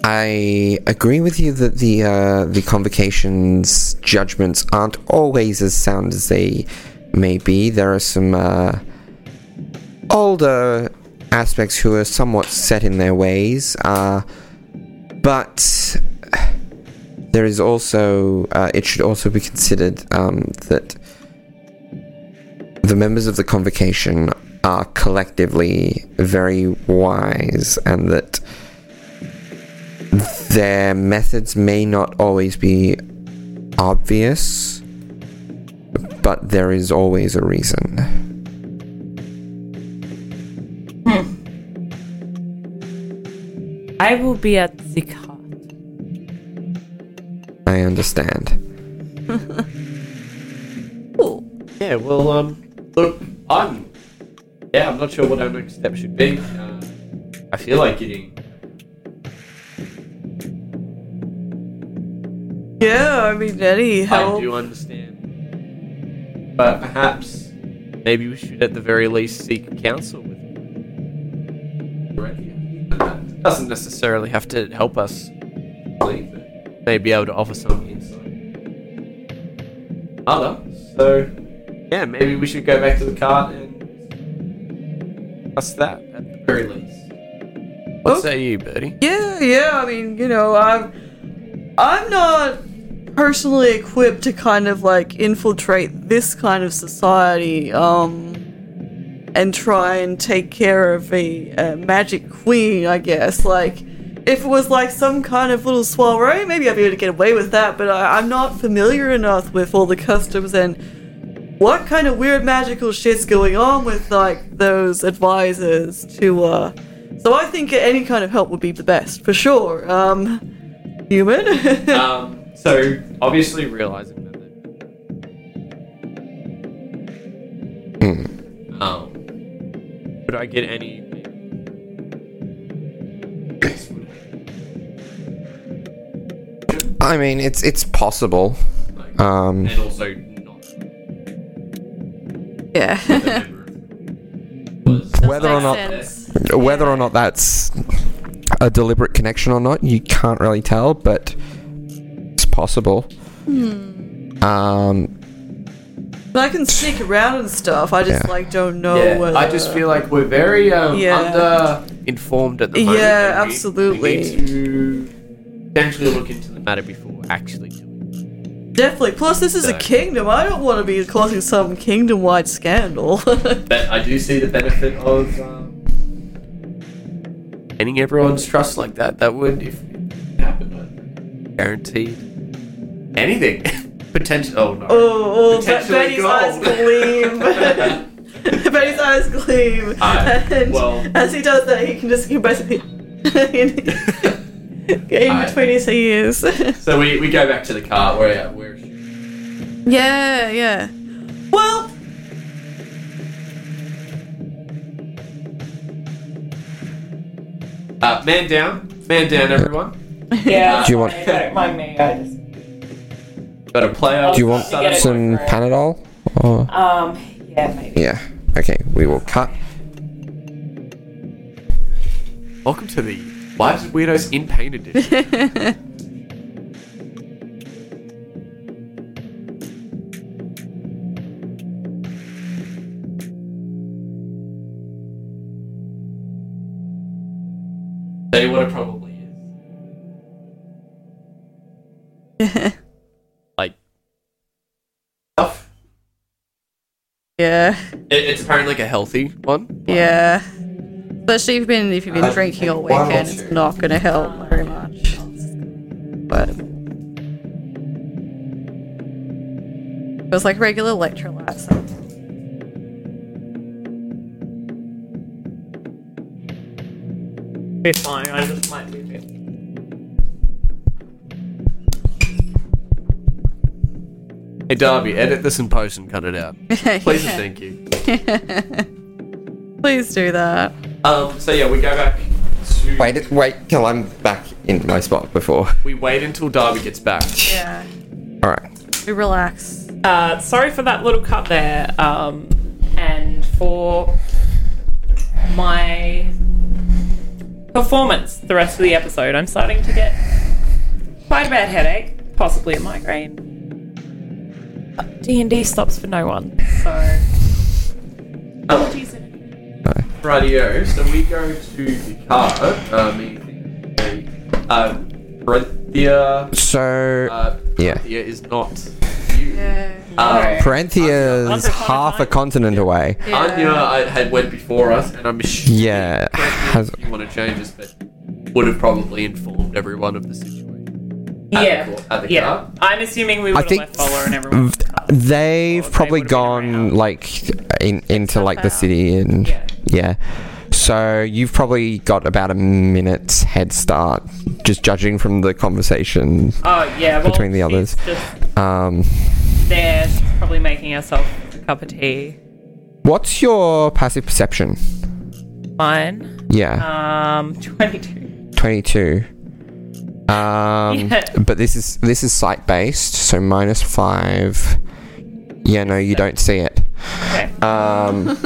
S1: I agree with you that the uh, the convocation's judgments aren't always as sound as they may be. There are some uh, older aspects who are somewhat set in their ways, uh, but there is also uh, it should also be considered um, that the members of the convocation are collectively very wise, and that their methods may not always be obvious, but there is always a reason.
S8: I will be at the cart.
S1: I understand.
S6: Yeah, well, um, look, I'm. Yeah, I'm not sure what our next step should be. Uh, I feel like getting.
S3: Yeah, I mean, any
S6: I
S3: help.
S6: do understand. But perhaps. Maybe we should at the very least seek counsel with him. Doesn't necessarily have to help us leave, but may be able to offer some insight. Other. So, yeah, maybe we should go back to the cart and. That's that, at the very least. What
S3: Oh.
S6: say you, Bertie?
S3: Yeah, yeah. I mean, you know, I'm I'm not personally equipped to kind of like infiltrate this kind of society, um, and try and take care of a, uh magic queen. I guess like if it was like some kind of little soiree, maybe I'd be able to get away with that. But I, I'm not familiar enough with all the customs and what kind of weird magical shit's going on with like those advisors to uh so I think any kind of help would be the best for sure. Um human.
S6: um, so, obviously, realizing that. they-
S1: Hmm.
S6: Um, would I get any.
S1: I mean, it's it's possible.
S6: Like,
S1: Um,
S6: and also not
S3: yeah.
S6: a member of- was
S1: whether or not whether or not that's a deliberate connection or not, you can't really tell, but it's possible. Um,
S3: But I can sneak around and stuff. I just
S1: Yeah.
S3: like don't know
S1: Oh,
S6: Yeah,
S3: whether
S6: I just feel like we're very um,
S3: Yeah.
S6: under informed at the moment.
S3: Yeah,
S6: and we-
S3: absolutely.
S6: We need to actually look into the matter before actually doing.
S3: definitely plus this is a
S6: So-
S3: kingdom. I don't want to be causing some kingdom wide scandal. Oh,
S6: But I do see the benefit of um, gaining everyone's trust like that. That would, if it happened, guaranteed anything. Potential. Oh no.
S3: oh, oh Be-
S6: Potentially
S3: Betty's eyes
S6: gold.
S1: Oh.
S3: gleam. Betty's eyes gleam.
S6: I-
S3: and
S6: well-
S3: as he does that he can just he basically in
S6: I-
S3: between his ears.
S6: so we, we go back to the car where where.
S3: Yeah, yeah. Well,
S6: Uh, man down, man down, everyone.
S4: Yeah.
S1: Do you want-
S4: I don't mind me. I just
S6: Got a player.
S1: do you want
S4: Yeah.
S1: some Panadol? Or
S4: um. Yeah, maybe.
S1: yeah. Okay, we will cut.
S6: Welcome to the Lives of Weirdos in Pain edition. Tell you what it probably is. like stuff.
S3: yeah,
S6: It, it's apparently like a healthy one.
S3: yeah. Especially if you've been if you've been
S6: Uh,
S3: drinking all
S6: one or
S3: weekend, it's
S6: two.
S3: not gonna help very much. But it was like regular electrolytes.
S4: Be fine. I just might move it.
S6: Hey Darby, edit this in post and cut it out. Please and thank you.
S3: Please do that.
S6: Um, so yeah, we go back to to.
S1: Wait, wait till I'm back in my spot before.
S6: We wait until Darby gets back.
S9: Yeah.
S1: All right.
S9: We relax.
S4: Uh, sorry for that little cut there, um, and for my performance the rest of the episode. I'm starting to get quite a bad headache, possibly a migraine. D and D stops for no one, so apologies. in-
S6: Radio. So we go to the car. Uh, me, uh, Brenthia.
S1: So
S6: Uh,
S1: Yeah.
S6: Brenthia is not you. Um,
S1: Parenthia's
S4: Under- under
S1: half a
S4: continent.
S1: continent away.
S6: Anya I had went before us, and I'm assuming
S1: Yeah,
S6: correct me
S1: has-
S6: if you want to change this, but would have probably informed everyone of the situation. At the
S4: Yeah,
S6: cor- at the
S4: yeah.
S6: car?
S4: I'm assuming we would have
S1: think
S4: left Bowler and everyone.
S1: th- They've
S4: Or they
S1: probably
S4: would've been
S1: gone
S4: around.
S1: like in, into like the
S4: about-
S1: city and
S4: Yeah.
S1: yeah. So you've probably got about a minute's head start, just judging from the conversation.
S4: Oh yeah, well,
S1: Between the others.
S4: she's just
S1: Um,
S4: there, probably making herself a cup of tea.
S1: what's your passive perception?
S4: Mine.
S1: Yeah,
S4: Um, 22.
S1: twenty-two. Um,
S4: Yeah.
S1: but this is this is sight based, so minus five. Yeah, no, you don't see it.
S4: Okay.
S1: Um,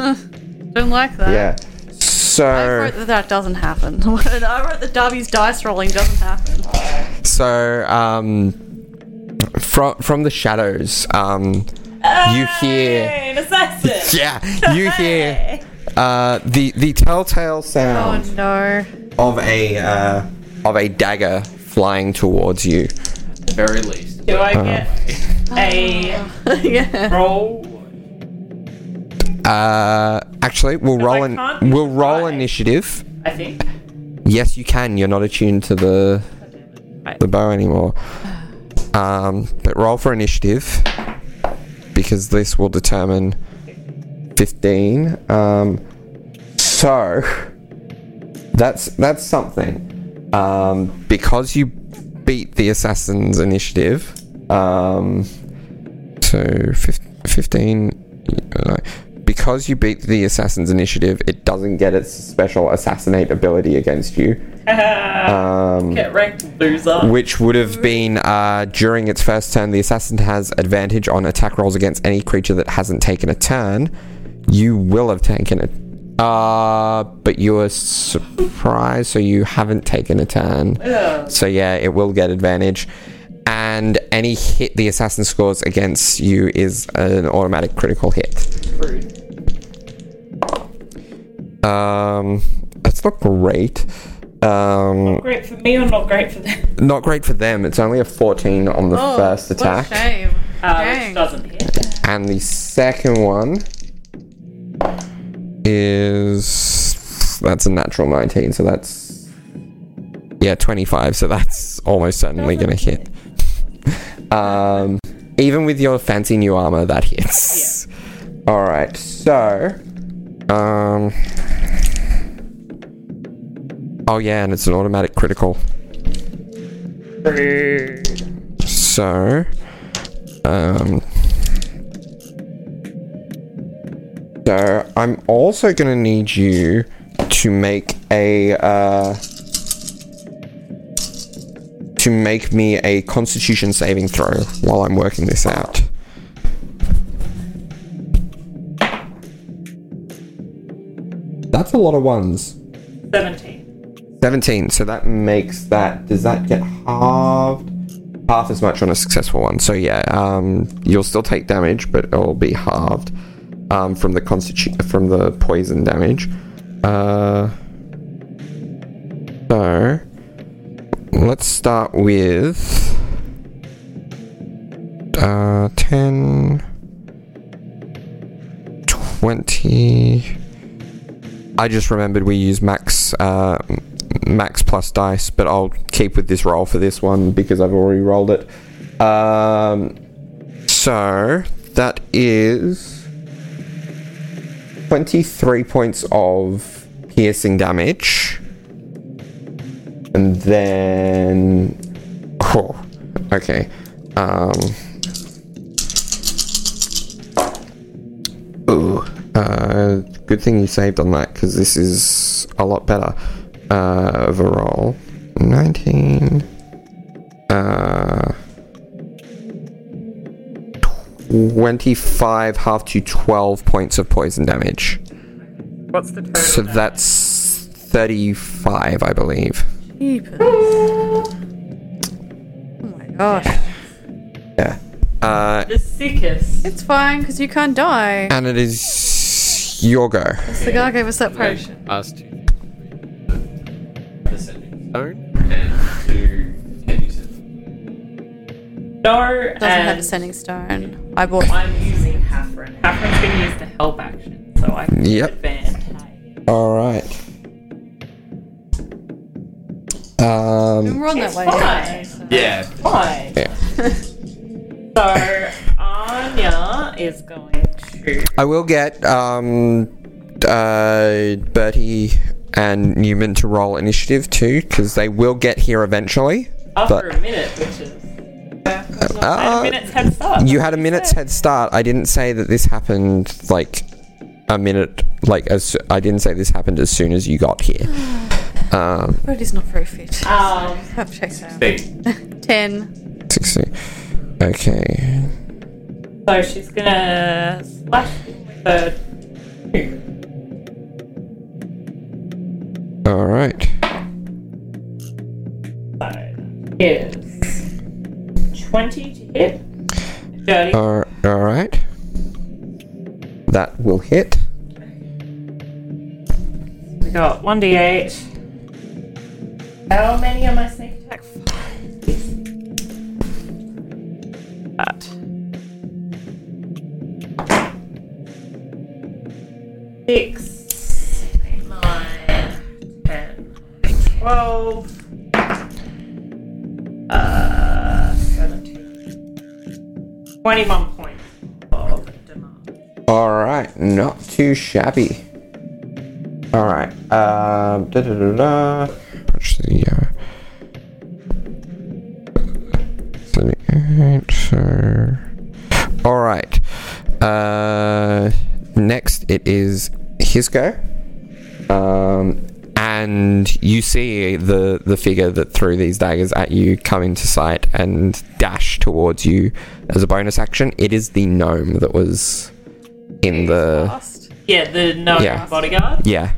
S9: Don't like that.
S1: Yeah.
S9: I wrote
S1: So,
S9: that that doesn't happen. I wrote that Darby's dice rolling doesn't happen.
S1: so um, from from the shadows, um, you hear,
S4: Hey, an assassin!
S1: yeah, you hear uh, the the telltale
S9: Oh
S1: sound
S9: no.
S1: of a uh, of a dagger flying towards you.
S6: At the very least.
S4: Do I
S1: Uh-huh.
S4: get a
S9: yeah.
S4: roll?
S1: Uh, actually, we'll
S4: I
S1: roll
S4: can't
S1: an
S4: do
S1: we'll roll
S4: five.
S1: initiative.
S4: I think.
S1: Yes, you can. You're not attuned to the
S4: Right.
S1: the bow anymore. Um, but roll for initiative because this will determine 15. Um, so that's that's something. Um, because you beat the assassin's initiative, um, so fif- 15. No, because you beat the assassin's initiative, it doesn't get its special assassinate ability against you. Um,
S4: Get wrecked, loser.
S1: which would have been uh, during its first turn, the assassin has advantage on attack rolls against any creature that hasn't taken a turn. You will have taken it. Uh, but you were surprised, so you haven't taken a turn. So, yeah, it will get advantage. And any hit the assassin scores against you is an automatic critical hit. Um, that's not great. Um,
S4: Great for me or not great for them?
S1: not great for them. It's only a 14 on the
S9: Oh,
S1: first
S9: what a
S1: attack.
S9: shame.
S4: Uh, which
S9: Dang.
S4: doesn't hit.
S1: And the second one is. That's a natural 19, so that's. Yeah, 25, so that's almost certainly going to hit. Um, even with your fancy new armor, that hits. Alright, so. Um. Oh, yeah, and it's an automatic critical. So. Um. So I'm also gonna need you to make a uh, to make me a Constitution saving throw while I'm working this out. That's a lot of ones.
S4: 17.
S1: 17. So that makes that. Does that get halved? Half as much on a successful one. So yeah, um, you'll still take damage, but it'll be halved um, from the constitu- from the poison damage. Uh, so let's start with uh, 10, 20. I just remembered we use max uh, m- max plus dice, but I'll keep with this roll for this one because I've already rolled it. Um, so that is twenty three points of piercing damage, and then oh, okay. Um, Ooh. Uh, good thing you saved on that because this is a lot better. uh, of a roll. 19. Uh, 25 half to 12 points of poison damage.
S8: What's the total?
S1: So that's 35, I believe.
S3: Jeepers. Oh my gosh.
S1: Yeah. Uh,
S8: the sickest.
S3: It's fine, because you can't die.
S1: and it is your go.
S3: It's the guy who gave us that potion.
S6: Asked you. Descending stone and to ten uses.
S4: No,
S3: Doesn't have
S4: and
S3: descending stone. I bought
S8: I'm using Hafren.
S4: Catherine's going to use the help action, so I can
S1: Yep.
S4: advance.
S1: All right. Um,
S3: We're on that way.
S4: Fine.
S6: Yeah.
S4: Fine.
S1: yeah.
S4: So Anya is going to.
S1: I will get um, uh, Bertie and Newman to roll initiative too, because they will get here eventually.
S4: After
S1: But-
S4: a minute, which is.
S1: Uh,
S4: a minute's head start.
S1: you had a minute's head start. I didn't say that this happened like a minute. Like as I didn't say this happened as soon as you got here. Um,
S3: But he's not very fit.
S4: Um,
S3: I've checked out.
S6: Thing.
S3: Ten.
S1: sixty. Okay.
S4: so she's gonna slash with a two.
S1: All right.
S4: So is twenty to hit. Thirty.
S1: All right. That will hit.
S4: we got one d eight. How many am I sneak attack? That. Six, nine, ten, twelve, uh, seventeen. Twenty-one points of demand.
S1: All right, not too shabby. All right. Um. Da da da da. Approach the. Uh, Thirty-eight. So. All right. Uh. Next, it is his go. Um. And you see the the figure that threw these daggers at you come into sight and dash towards you as a bonus action. It is the gnome that was in the
S4: Uh.
S3: Last.
S4: Yeah, the no
S1: Yeah.
S4: bodyguard.
S1: yeah.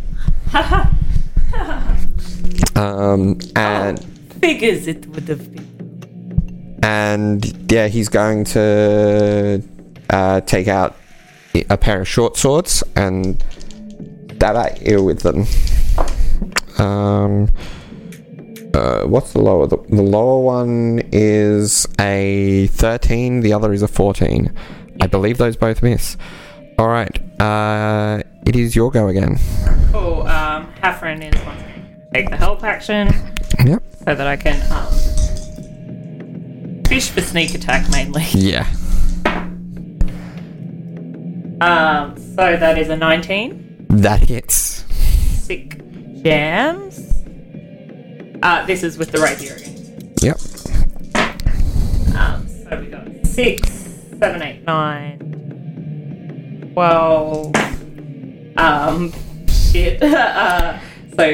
S1: um and
S4: Figures it would have been.
S1: and yeah, he's going to uh, take out i- a pair of short swords and stab at you with them. Um, uh, what's the lower? The, the lower one is a thirteen. The other is a fourteen. I believe those both miss. All right. Uh, it is your go again.
S4: Cool. Um, Hafren is once again gonna take the help action
S1: Yep.
S4: so that I can um, fish for sneak attack mainly.
S1: Yeah.
S4: Um, so that is a 19.
S1: That hits.
S4: Sick jams. Uh, this is with the rapier again.
S1: Yep.
S4: Um, so we got six, seven, eight, nine, twelve. Um, shit. uh, so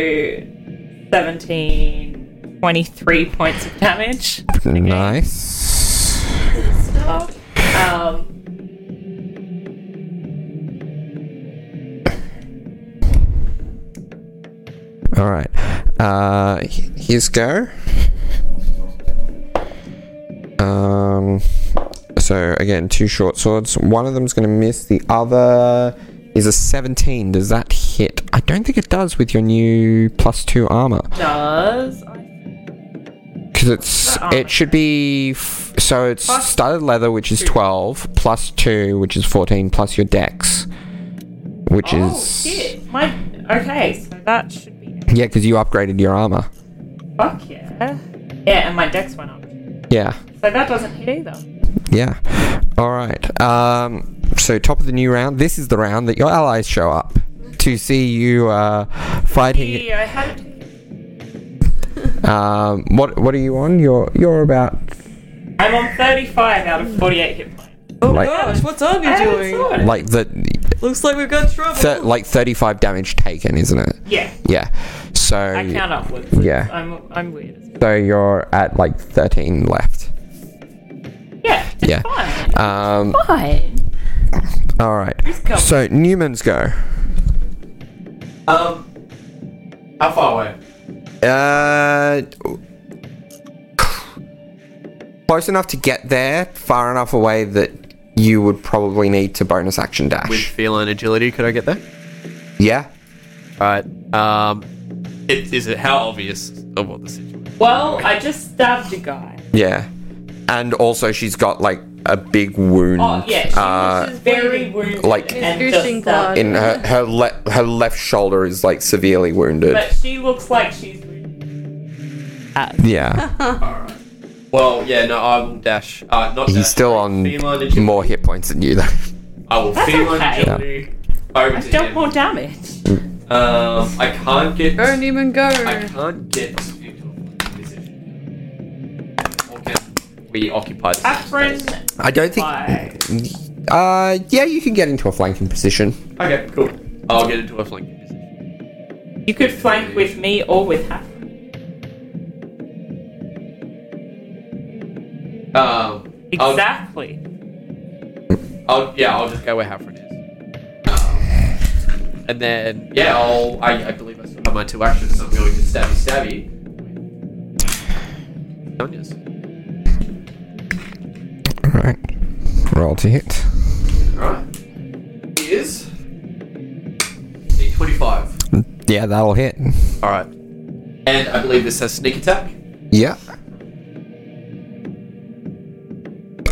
S4: 17, 23 points of damage.
S1: Nice.
S4: stuff. Um,
S1: All right. Uh, h- here's go. Um, so again, two short swords. One of them's going to miss. The other is a 17. Does that hit? I don't think it does with your new plus two armor
S4: does I
S8: Oh,
S1: because it's
S4: What armor?
S1: it should be f- so it's studded leather, which is 12 plus two, which is 14 plus your dex, which
S4: Oh
S1: is
S4: shit! My okay, so that should be
S1: yeah, because you upgraded your armor.
S4: fuck yeah. Yeah, and my dex went up, so
S1: Yeah.
S4: that doesn't hit either.
S1: Yeah. All right. Um, so top of the new round. This is the round that your allies show up to see you uh, fighting.
S4: Yeah, I had.
S1: Um, what What are you on? You're You're about
S4: I'm on 35 out of 48 hit points.
S3: Oh
S1: Like-
S3: gosh, what's on you
S4: I haven't
S3: doing?
S4: saw it.
S1: like the
S3: Looks like we've got trouble.
S1: thir- like thirty five damage taken, isn't it?
S4: yeah,
S1: Yeah. So
S8: I count upwards.
S1: Yeah.
S8: I'm, I'm weird. as-
S1: so you're at like 13 left.
S8: Yeah, it's
S1: Yeah.
S8: fine.
S1: Um,
S8: Fine.
S1: all right.
S8: coming?
S1: So Newman's go.
S6: Um, how far away?
S1: Uh, close enough to get there, far enough away that you would probably need to bonus action dash.
S6: With feline agility, could I get there?
S1: yeah.
S6: Right. Um, it, is it how obvious of what the situation?
S8: Well, I just stabbed a guy.
S1: Yeah. And also, she's got like a big wound.
S8: Oh, yeah, she
S1: uh,
S8: was just very wounded.
S1: like-
S8: and
S3: It's
S8: just
S3: gushing
S8: stabbed.
S3: blood.
S1: in her her, le- her left shoulder is like severely wounded.
S8: But she looks like she's wounded.
S1: yeah.
S6: Well, yeah, no, I will dash. Uh, not
S1: He's
S6: dash,
S1: still
S6: like,
S1: on
S6: feline agility.
S1: more hit points than you, though.
S6: I will feline
S8: okay.
S6: agility over
S8: I've
S6: to
S8: dealt
S6: him.
S8: more damage.
S6: Um, I can't get.
S3: Go, Newman, go.
S6: I can't get into a position. Or can we occupy this?
S8: Afrin,
S1: I don't think.
S8: bye.
S1: Uh, yeah, you can get into a flanking position.
S6: Okay, cool. I'll get into a flanking position.
S8: You could flank with me or with Hafren.
S6: Um, I'll-
S8: Exactly.
S6: I'll yeah, I'll just go where Hafren is. Um, and then yeah, I'll I, I believe I still have my two actions, so I'm going to stabby stabby. Onions.
S1: All right. Roll to hit.
S6: Alright. He is D twenty five.
S1: Yeah, that'll hit.
S6: Alright. And I believe this has sneak attack.
S1: Yeah.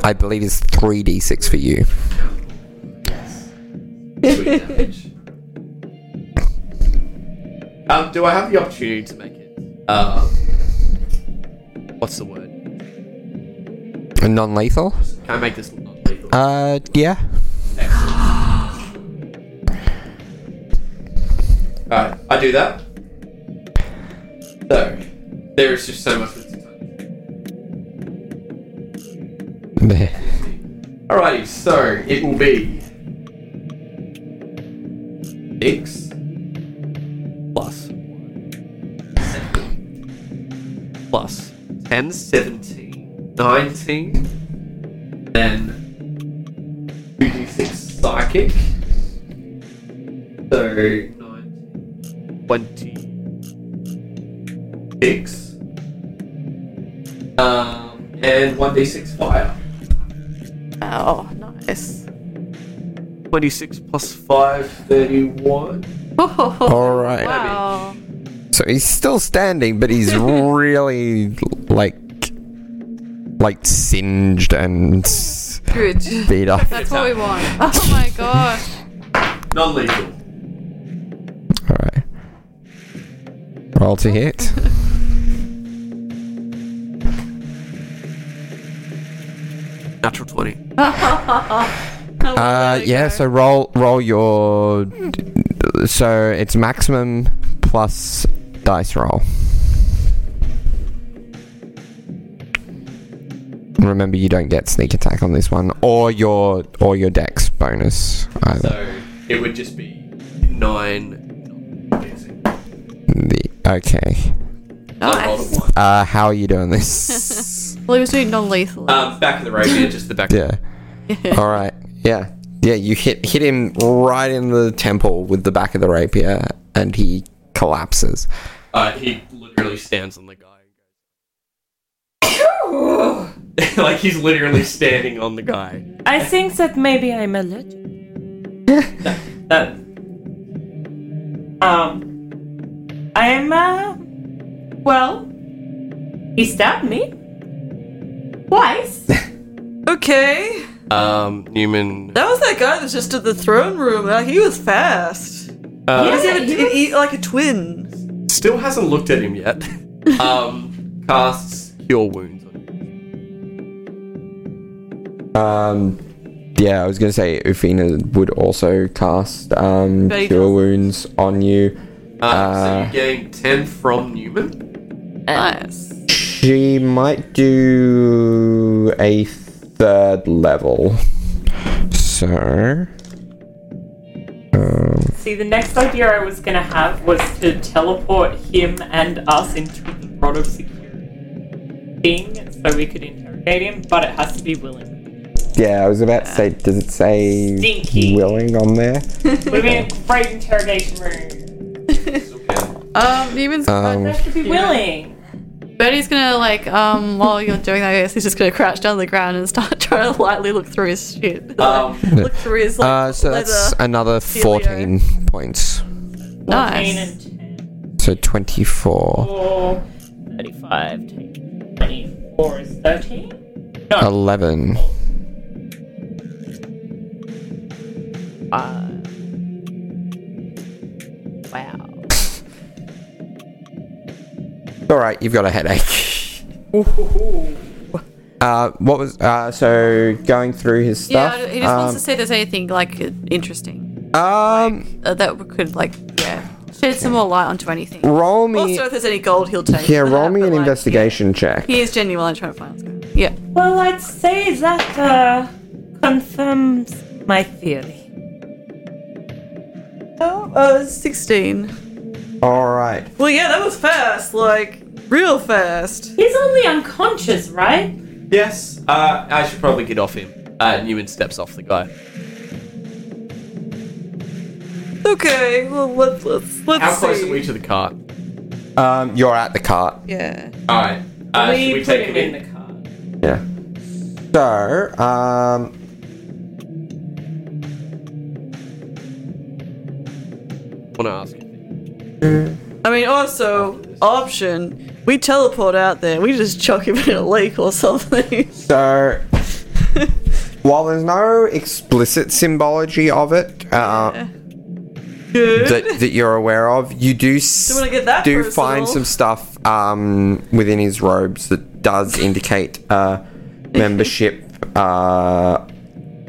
S1: I believe it's three d six for you.
S6: Sweet damage. um, do I have the opportunity to make it? Um, what's the word?
S1: Non lethal.
S6: Can I make this not lethal?
S1: Uh, yeah.
S6: Alright, I do that. So, there is just so much. Alrighty, so it will be. Six. Plus. Seven. Plus. 10, 17, 19. Then. 2d6 psychic. So. 19. 26. Um, and 1d6 fire.
S3: Wow, nice.
S6: 26 plus 5, 31.
S1: All right.
S3: Wow.
S1: So he's still standing, but he's really like like singed and s-
S3: Good.
S1: beat up.
S3: That's what we want. Oh my gosh.
S6: Non lethal.
S1: All right. Roll to hit.
S6: Natural 20.
S1: Uh, yeah. So roll roll your. So it's maximum plus dice roll. Remember, you don't get sneak attack on this one, or your or your dex bonus. Um, Either.
S6: So it would just be 9. non-piercing. I
S1: The, okay.
S6: rolled a
S3: Nice.
S6: one.
S1: Uh, how are you doing this?
S3: Well, he was doing non-lethal.
S4: Uh,
S6: Um, back of the rapier, just the back.
S1: yeah. All right. Yeah. Yeah. You hit hit him right in the temple with the back of the rapier, and he collapses.
S6: Uh, he literally stands on the guy. like he's literally standing on the guy.
S8: I think that maybe I'm allergic.
S4: No.
S8: Um, I'm, uh, well, he stabbed me. Twice.
S3: Okay.
S6: Um, Newman.
S3: That was that guy that just did the throne room. Uh, he was fast.
S6: Uh,
S3: He had a- he- he- like a twin.
S6: Still hasn't looked at him yet. um, casts cure wounds on him.
S1: Um. Yeah, I was gonna say Ufina would also cast um,
S3: But he
S1: cure
S3: doesn't.
S1: wounds on you.
S6: Uh, so
S1: Uh,
S6: you gain 10 from Newman.
S3: Nice.
S1: she might do a third level. So, um,
S8: See
S4: see, the next idea I was gonna have was to teleport him and us into the rod of security thing so we could interrogate him, but it has to be willing.
S1: Yeah, I was about to say, does it say
S4: Stinky.
S1: willing on there?
S4: We're in a great interrogation room.
S3: Um, Demon's
S1: Um,
S4: To be willing.
S3: Bernie's gonna like um while you're doing that, I guess he's just gonna crouch down on the ground and start trying to lightly look through his shit.
S6: Um,
S3: look through his like,
S1: uh, so
S3: leather.
S1: that's another
S3: Felio.
S1: 14 points.
S3: nice.
S4: 14 and 10
S1: So 24.
S4: or 35, 10, 24 is 13?
S1: 11.
S3: Uh, wow.
S1: Alright, you've got a headache. Uh, what was uh, so going through his
S3: Yeah,
S1: stuff?
S3: he just wants to see if there's anything like interesting
S1: um, um,
S3: uh, that we could like yeah shed some more light onto anything.
S1: um, roll me.
S3: Also, if there's any gold, he'll take.
S1: yeah,
S3: for
S1: roll
S3: that,
S1: me
S3: but,
S1: an
S3: like,
S1: investigation check.
S3: yeah. He is genuinely trying to find this guy. Yeah.
S4: Well, I'd say that uh, confirms my theory.
S3: Oh, uh, 16.
S1: Alright.
S3: Well, yeah, that was fast. Like, real fast.
S4: He's only unconscious, right?
S6: yes, uh, I should probably get off him. Uh, Newman steps off the guy.
S3: Okay, well, let's, let's, let's
S6: How
S3: see.
S6: close are we to the cart?
S1: Um, you're at the cart.
S3: yeah.
S6: Alright.
S4: Ah,
S6: Uh, should we take him in?
S4: the car.
S1: Yeah. So, um.
S6: want to ask him.
S3: I mean, also, option, we teleport out there. We just chuck him in a lake or something.
S1: So, while there's no explicit symbology of it uh,
S3: Good.
S1: that, that you're aware of, you do s-
S3: Don't wanna get that
S1: do
S3: personal.
S1: find some stuff um, within his robes that does indicate uh, membership uh,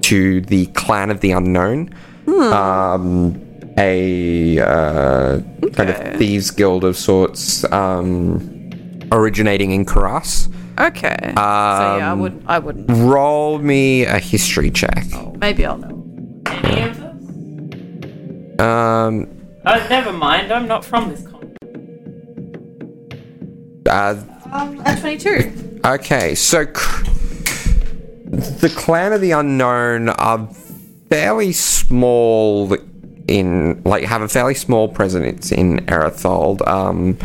S1: to the clan of the unknown.
S3: Hmm.
S1: Um, a uh, kind of
S3: Okay.
S1: thieves guild of sorts, um, originating in Karas.
S3: Okay. so, yeah, I
S1: Um,
S3: wouldn't, I wouldn't.
S1: Roll me a history check.
S3: Maybe I'll know.
S4: Any of us?
S1: Um,
S4: Oh, never mind. I'm not from this continent.
S1: uh,
S3: Um, at 22.
S1: okay, so c- the clan of the unknown are fairly small in like have a fairly small presence in Erethold. Um,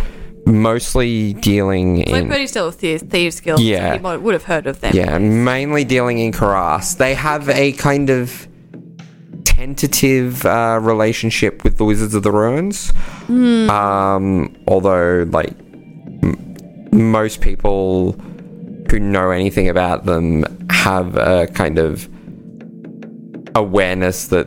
S1: mostly dealing
S3: Like,
S1: in
S3: Birdie's still with thieves, thieves Guild.
S1: Yeah.
S3: He might, would have heard of them.
S1: yeah, mainly dealing in Karas. They have a kind of tentative uh, relationship with the Wizards of the Ruins. Um, although, like, m- most people who know anything about them have a kind of awareness that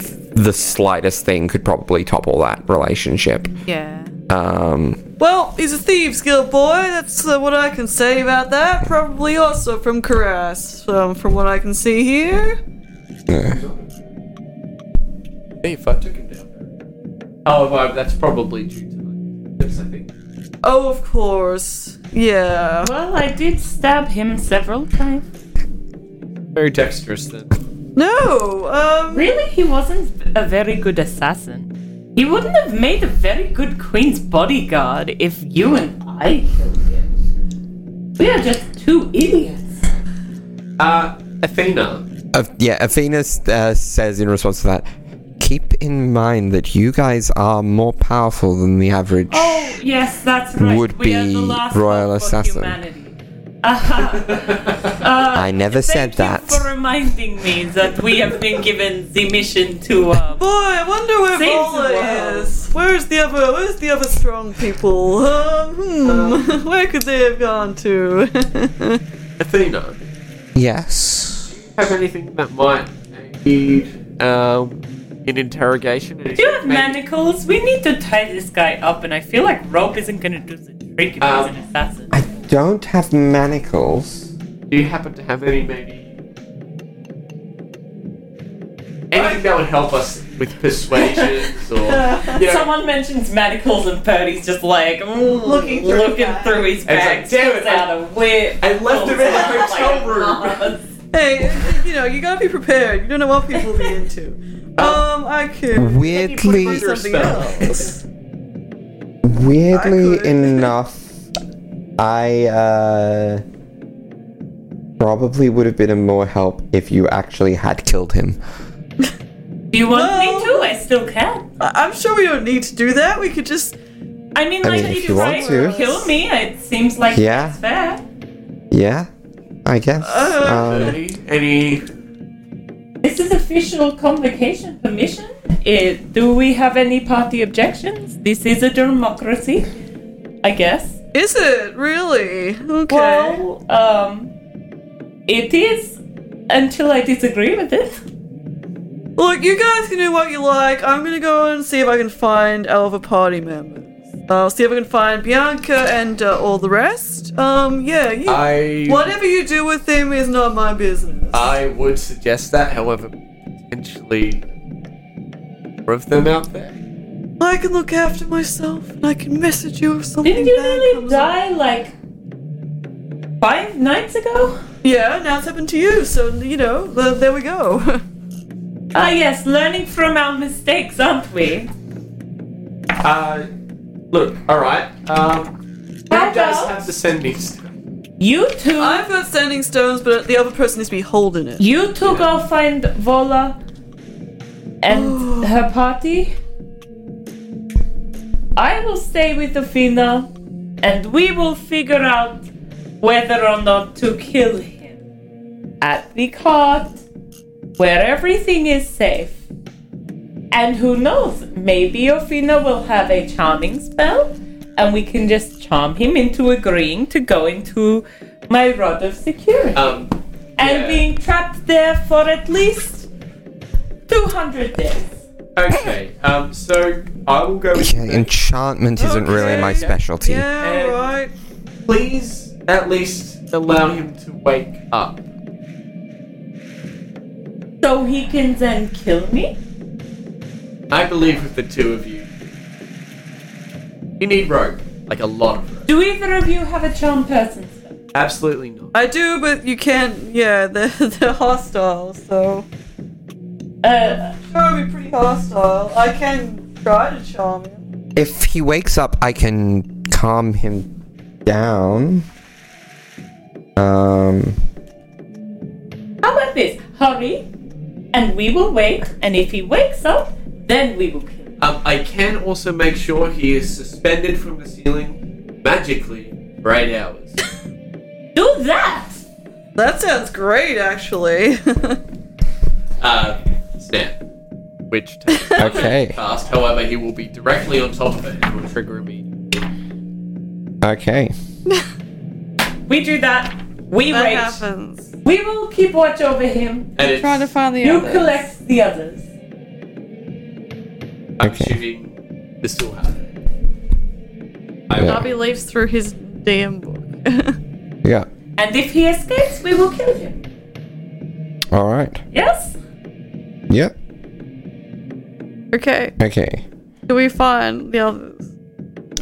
S1: th- the slightest thing could probably topple that relationship.
S3: Yeah.
S1: Um,
S3: Well, he's a thieves guild boy. That's uh, what I can say about that. Probably also from Karas, um, from what I can see here.
S6: Hey, if I took him down. However, that's probably due to like, tips, I think.
S3: Oh, of course. Yeah.
S4: Well, I did stab him several times.
S6: Very dexterous then.
S3: No. Um.
S4: Really, he wasn't a very good assassin. He wouldn't have made a very good queen's bodyguard if you and I killed him. We are just two idiots.
S6: Uh, Athena.
S1: Uh, yeah, Athena uh, says in response to that, keep in mind that you guys are more powerful than the average.
S4: Oh, yes, that's right.
S1: Would
S4: we are the
S1: be
S4: last
S1: royal
S4: hope for
S1: assassin.
S4: humanity. Aha. Uh,
S1: I never said that.
S4: Thank you for reminding me that we have been given the mission to. Uh,
S3: Boy, I wonder where
S4: Saves the
S3: Vola
S4: world.
S3: is. Where's the other? Where's the other strong people? Um, hmm, where could they have gone to?
S6: Athena.
S1: yes.
S6: Have anything that might aid um, in interrogation?
S4: do you have manacles? We need to tie this guy up, and I feel like rope isn't going to do the trick if
S6: Um,
S4: he's an assassin.
S1: I don't have manacles.
S6: Do you happen to have any maybe? Anything that would help us with persuasions or you know,
S4: Someone mentions manacles, and Purdy's just like mm, looking through, his bag,
S6: like, damn it,
S4: pulls out a whip.
S6: I left him in the hotel room.
S3: uh, hey, you know, you gotta be prepared. You don't know what people will be into. Um. I can.
S1: Weirdly,
S3: Something else. I
S1: weirdly
S3: could.
S1: enough, I uh, probably would have been of more help if you actually had killed him.
S4: Do you want
S3: Well-
S4: me to? I still can.
S3: I- I'm sure we don't need to do that. We could just.
S4: I mean,
S1: I
S4: like,
S1: mean,
S4: if
S1: if
S4: you
S1: you
S4: try
S1: want to.
S4: to kill me, it seems like
S1: Yeah.
S4: it's fair.
S1: Yeah, I guess. um,
S3: Uh,
S6: Any, any
S4: This is official convocation permission. Eh, do we have any party objections? This is a democracy, I guess.
S3: Is it really? Okay.
S4: Well, um, it is until I disagree with it.
S3: Look, you guys can do what you like. I'm gonna go and see if I can find our other party members. I'll see if I can find Bianca and uh, all the rest. Um, yeah, you,
S6: I
S3: whatever you do with them is not my business.
S6: I would suggest that, however, potentially more of them out there.
S3: I can look after myself, and I can message you if something
S4: Didn't you
S3: bad
S4: really
S3: comes up.
S4: die like five nights ago?
S3: Yeah, now it's happened to you, so you know, th- there we go.
S4: Ah, yes, learning from our mistakes, aren't we?
S6: Uh, look, alright. Um, you
S4: How
S6: guys
S4: about-
S6: have to send me stuff.
S4: You 2
S3: I've got standing stones, but the other person is to be holding it.
S4: you two go find Vola and her party. I will stay with Athena, and we will figure out whether or not to kill him at the cart, where everything is safe. And who knows? Maybe Athena will have a charming spell, and we can just charm him into agreeing to go into my rod of security
S6: Um,
S4: and
S6: Yeah.
S4: being trapped there for at least 200 days.
S6: okay. Um, so I will go with
S1: yeah, enchantment isn't really my
S3: Okay.
S1: specialty.
S3: Yeah,
S6: And-
S3: right.
S6: Please at least allow him to wake up.
S4: So he can then kill me?
S6: I believe with the two of you. You need rope. Like a lot of rope.
S4: Do either of you have a charm person? spell?
S6: Absolutely not.
S3: I do, but you can't. Yeah, they're, they're hostile, so.
S4: Uh,
S3: Sure, be pretty hostile. I can try to charm him.
S1: If he wakes up, I can calm him down. Um,
S4: how about this? Hurry, and we will wait, and if he wakes up, then we will kill him.
S6: Um, I can also make sure he is suspended from the ceiling magically for eight hours.
S4: Do that!
S3: That sounds great, actually.
S6: Uh, snap. Which takes
S1: Okay.
S6: fast. However, he will be directly on top of it and will trigger me.
S1: okay.
S4: We do that. We
S3: that
S4: wait.
S3: happens.
S4: We will keep watch over him.
S6: And it's,
S9: Trying to find the
S4: You
S9: others.
S4: collect the others.
S6: I'm
S1: Okay.
S6: assuming this will happen.
S1: Yeah.
S3: Bobby leaves through his damn book.
S1: Yeah.
S4: And if he escapes, we will kill him.
S1: All right.
S4: Yes?
S1: Yep.
S3: okay,
S1: Okay.
S3: do we find the others?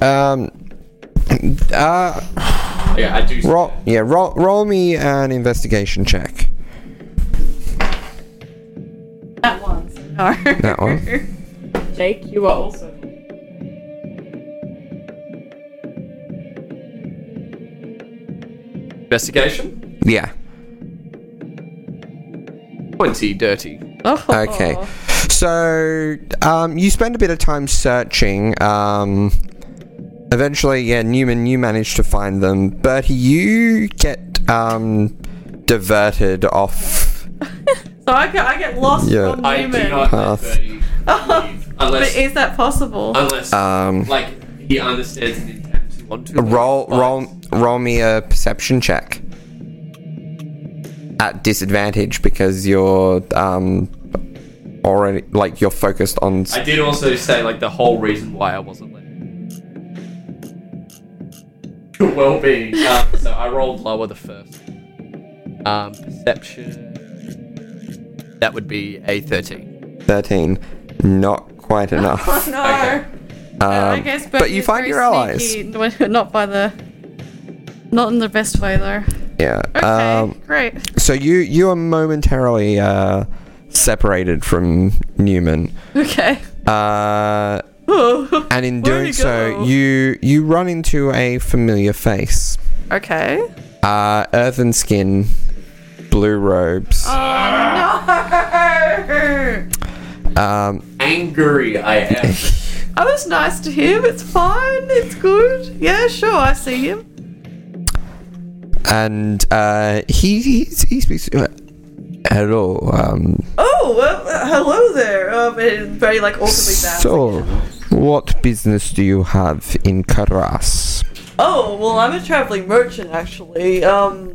S1: Um. Uh.
S6: Yeah, I do.
S1: Roll. Yeah. Roll. Roll me an investigation check.
S4: At once.
S3: No.
S1: That one.
S4: Jake, you are also.
S6: Investigation?
S1: Yeah.
S6: 20 dirty.
S3: Oh.
S1: Okay. So, um, you spend a bit of time searching. Um, eventually, yeah, Newman, you manage to find them, but you get um, diverted off.
S3: So I get, I get lost
S1: Yeah.
S3: from
S6: I do
S3: Newman.
S6: not let
S1: Pass.
S6: dirty leave
S3: but
S6: unless,
S3: is that possible?
S6: unless
S1: Um,
S6: like, he understands an intent to want to.
S1: roll,
S6: But-
S1: roll, roll me a perception check at disadvantage because you're um, already like you're focused on. s-
S6: I did also say like the whole reason why I wasn't late. Could well be. Um, so I rolled lower the first. Um, perception. That would be a thirteen.
S1: Thirteen, not quite enough.
S3: no.
S6: Okay.
S1: Um,
S9: Oh, I guess
S1: but you
S9: Berkeley's
S1: find
S9: very
S1: your allies.
S9: sneaky, n- Not by the. Not in the best way, though.
S1: Yeah.
S9: Okay,
S1: Um,
S9: great.
S1: so you you are momentarily uh, separated from Newman.
S9: Okay.
S1: Uh,
S3: Oh.
S1: and in
S3: Where'd
S1: doing
S3: he
S1: so,
S3: go?
S1: you you run into a familiar face.
S3: Okay.
S1: Uh, earthen skin, blue
S3: Oh,
S1: robes.
S3: No!
S1: Um,
S6: Angry I am.
S3: I was nice to him. It's fine. It's good. Yeah, sure. I see him.
S1: and uh, he, he he speaks. uh, Hello. Um,
S3: Oh, well, uh, hello there. Um, and very like awkwardly bad.
S1: so, what business do you have in Karas?
S3: Oh, well, I'm a traveling merchant actually. Um,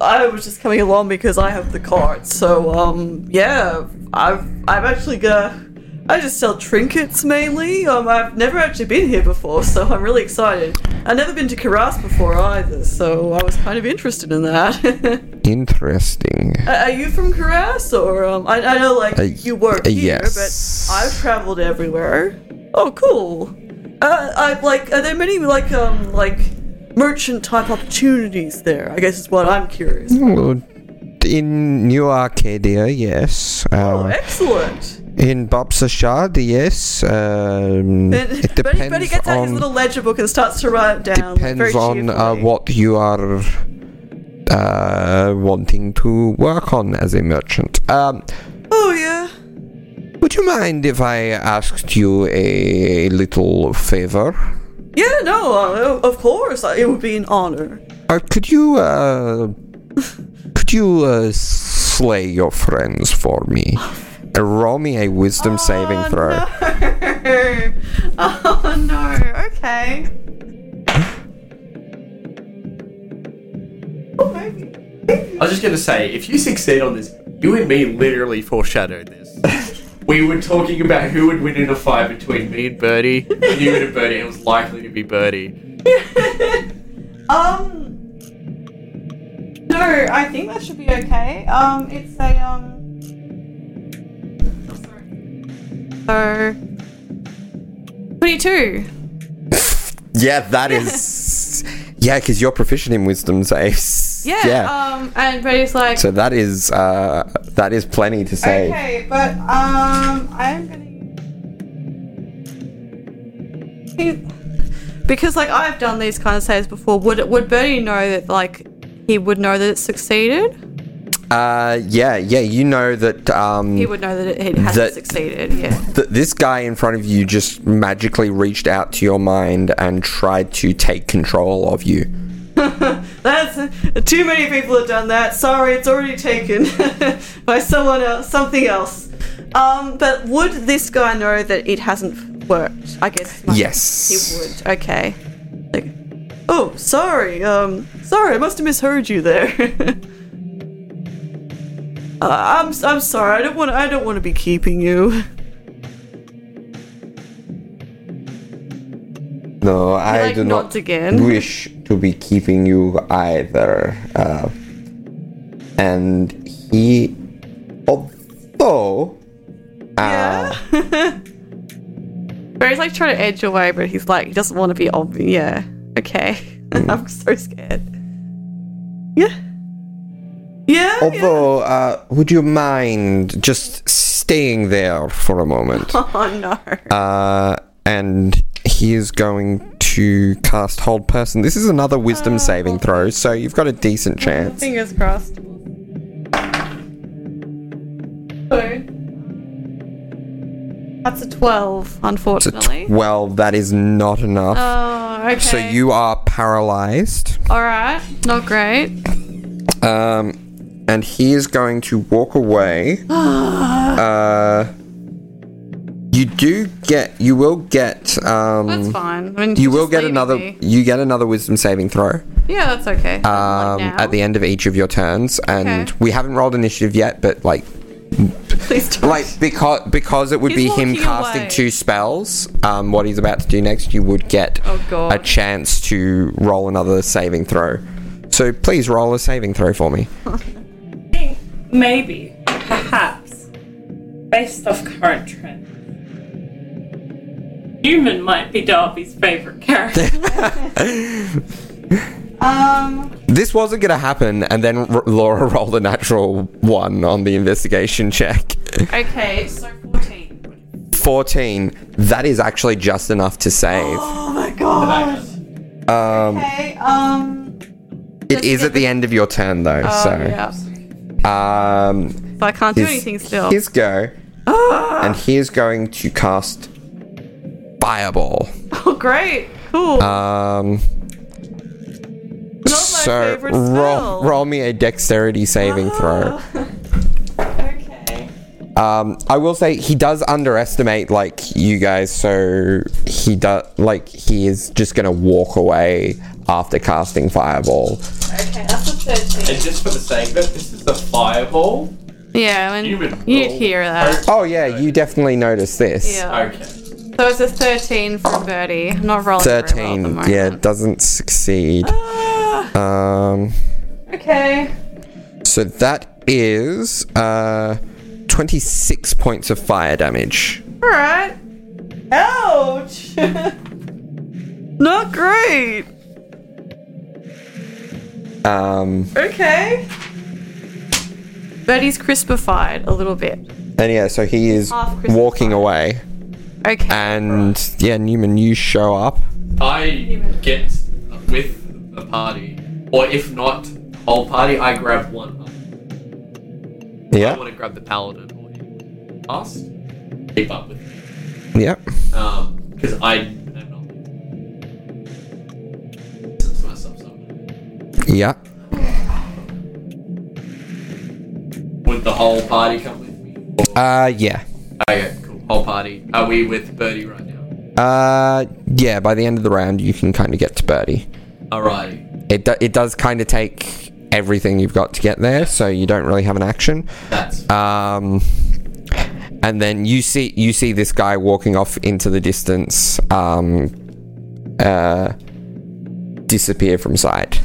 S3: I was just coming along because I have the cart. So, um, yeah, I've I've actually got. I just sell trinkets mainly. Um, I've never actually been here before, so I'm really excited. I've never been to Karas before either, so I was kind of interested in that.
S1: Interesting.
S3: Uh, Are you from Karas, or um, I, I know like
S1: Uh,
S3: you work
S1: uh,
S3: here,
S1: yes.
S3: but I've traveled everywhere. Oh, cool. Uh, I like. Are there many like um like merchant type opportunities there? I guess is what I'm curious.
S1: Well, In New Arcadia, yes.
S3: Oh,
S1: Uh,
S3: excellent.
S1: in Bobsashad, yes. Um,
S3: And
S1: it
S3: but he, but he
S1: depends
S3: gets out his
S1: on
S3: little ledger book and starts to write down. like, very
S1: depends on uh,
S3: cheerfully.
S1: what you are uh, wanting to work on as a merchant. Um,
S3: Oh yeah.
S1: would you mind if I asked you a little favor?
S3: Yeah, no, uh, of course. uh, It would be an honor.
S1: Uh, could you uh, could you uh, slay your friends for me? Uh, roll me a wisdom saving
S3: Oh,
S1: throw.
S3: no. Oh no. Okay. Oh, maybe.
S6: I was just gonna say, if you succeed on this, you and me literally foreshadowed this. we were talking about who would win in a fight between me and Birdie. you and Birdie, and it was likely to be Birdie.
S3: Um. No, I think that should be okay. Um, it's a um.
S9: So. 22.
S1: Yeah, that is. yeah, because you're proficient in wisdom saves.
S9: Yeah. Um, and Brady's like,
S1: so that is uh, that is plenty to save.
S3: Okay, but um, I'm gonna.
S9: because like I've done these kind of saves before. Would would Bernie know that like he would know that it succeeded?
S1: Uh, yeah, yeah, you know that um,
S9: He would know that it, it hasn't
S1: That-
S9: succeeded. Yeah.
S1: that this guy in front of you just magically reached out to your mind and tried to take control of you.
S3: That's too many people have done that. Sorry, it's already taken by someone else, something else. Um, but would this guy know that it hasn't worked? I guess. my-
S1: Yes.
S3: He would. Okay. Like, oh, sorry. Um, sorry, I must have misheard you there. uh, I'm I'm sorry. I don't want I don't want to be keeping you.
S1: No, I
S9: like,
S1: do not
S9: nods again.
S1: wish to be keeping you either. Uh, and he, although, uh,
S9: Barry's like trying to edge away, but he's like he doesn't want to be obvious. Yeah. Okay. I'm so scared.
S3: Yeah. Yeah. yeah.
S1: although, uh, would you mind just staying there for a moment?
S3: Oh no.
S1: Uh, and he is going to cast hold person. This is another wisdom saving throw, so you've got a decent chance.
S9: Fingers crossed. That's a twelve, unfortunately.
S1: Well, that is not enough.
S9: oh, okay.
S1: So you are paralyzed.
S9: All right. Not great.
S1: Um, and he is going to walk away. uh, you do get, you will get,
S9: That's
S1: um,
S9: fine. I mean,
S1: you
S9: she's
S1: will
S9: just
S1: get
S9: leaving
S1: another,
S9: me.
S1: you get another wisdom saving throw.
S9: Yeah, that's okay.
S1: um, at the end of each of your turns, and
S9: Okay.
S1: we haven't rolled initiative yet, but like,
S3: Please don't.
S1: like because because it would
S9: He's
S1: be him
S9: walking
S1: casting
S9: away.
S1: two spells, um, what he's about to do next, you would get
S9: Oh, God.
S1: a chance to roll another saving throw. So please roll a saving throw for me.
S4: think maybe, perhaps, based off current trends, human might be Darby's favorite character.
S1: This wasn't going to happen, and then R- Laura rolled a natural one on the investigation check.
S9: Okay, so 14.
S1: 14. That is actually just enough to save.
S3: Oh my god.
S1: Um,
S3: Okay, um.
S1: it is at the end of your turn, though,
S9: Oh, Yeah.
S1: so. Um,
S9: But I can't do anything still. Ah.
S1: His go. And he is going to cast Fireball.
S9: Oh, great. Cool.
S1: Um, so,
S9: favorite spell. Ah.
S1: roll, roll me a dexterity saving throw.
S3: Okay.
S1: Um, I will say he does underestimate like you guys, so he does like he is just gonna walk away after casting fireball.
S3: Okay, that's a 13.
S6: And just for the sake of it, this is the fireball.
S9: yeah, I mean,
S6: You would
S9: you'd
S6: roll.
S9: hear that. Oh.
S1: Oh yeah, you definitely notice this.
S9: Yeah.
S6: Okay.
S9: So it's a 13 from Birdie. I'm not rolling very well at the
S1: Thirteen. yeah,
S9: moment.
S1: doesn't succeed.
S9: Ah.
S1: Um,
S3: Okay.
S1: so that is uh, twenty-six points of fire damage.
S9: Alright.
S3: Ouch!
S9: Not great.
S1: Um,
S3: okay.
S9: Birdie's crispified a little bit.
S1: and yeah, so he is
S9: Half Christmas
S1: walking
S9: fire.
S1: away,
S9: Okay.
S1: Ah. and yeah, Newman, you show up.
S6: I get with the party, or if not the whole party, I grab one. I
S1: Yeah,
S6: want to grab the paladin or anyone fast. Keep up with me.
S1: yeah.
S6: Um, because I am not. Distance myself somewhere.
S1: Yeah.
S6: Would the whole party come with me?
S1: Uh, yeah.
S6: Okay, Oh, cool. Whole party. Are we with Birdie right now?
S1: Uh, yeah. By the end of the round, you can kind of get to birdie.
S6: Alrighty.
S1: It do- it does kind of take everything you've got to get there, so you don't really have an action.
S6: That's
S1: Um, and then you see you see this guy walking off into the distance. Um, uh, disappear from sight.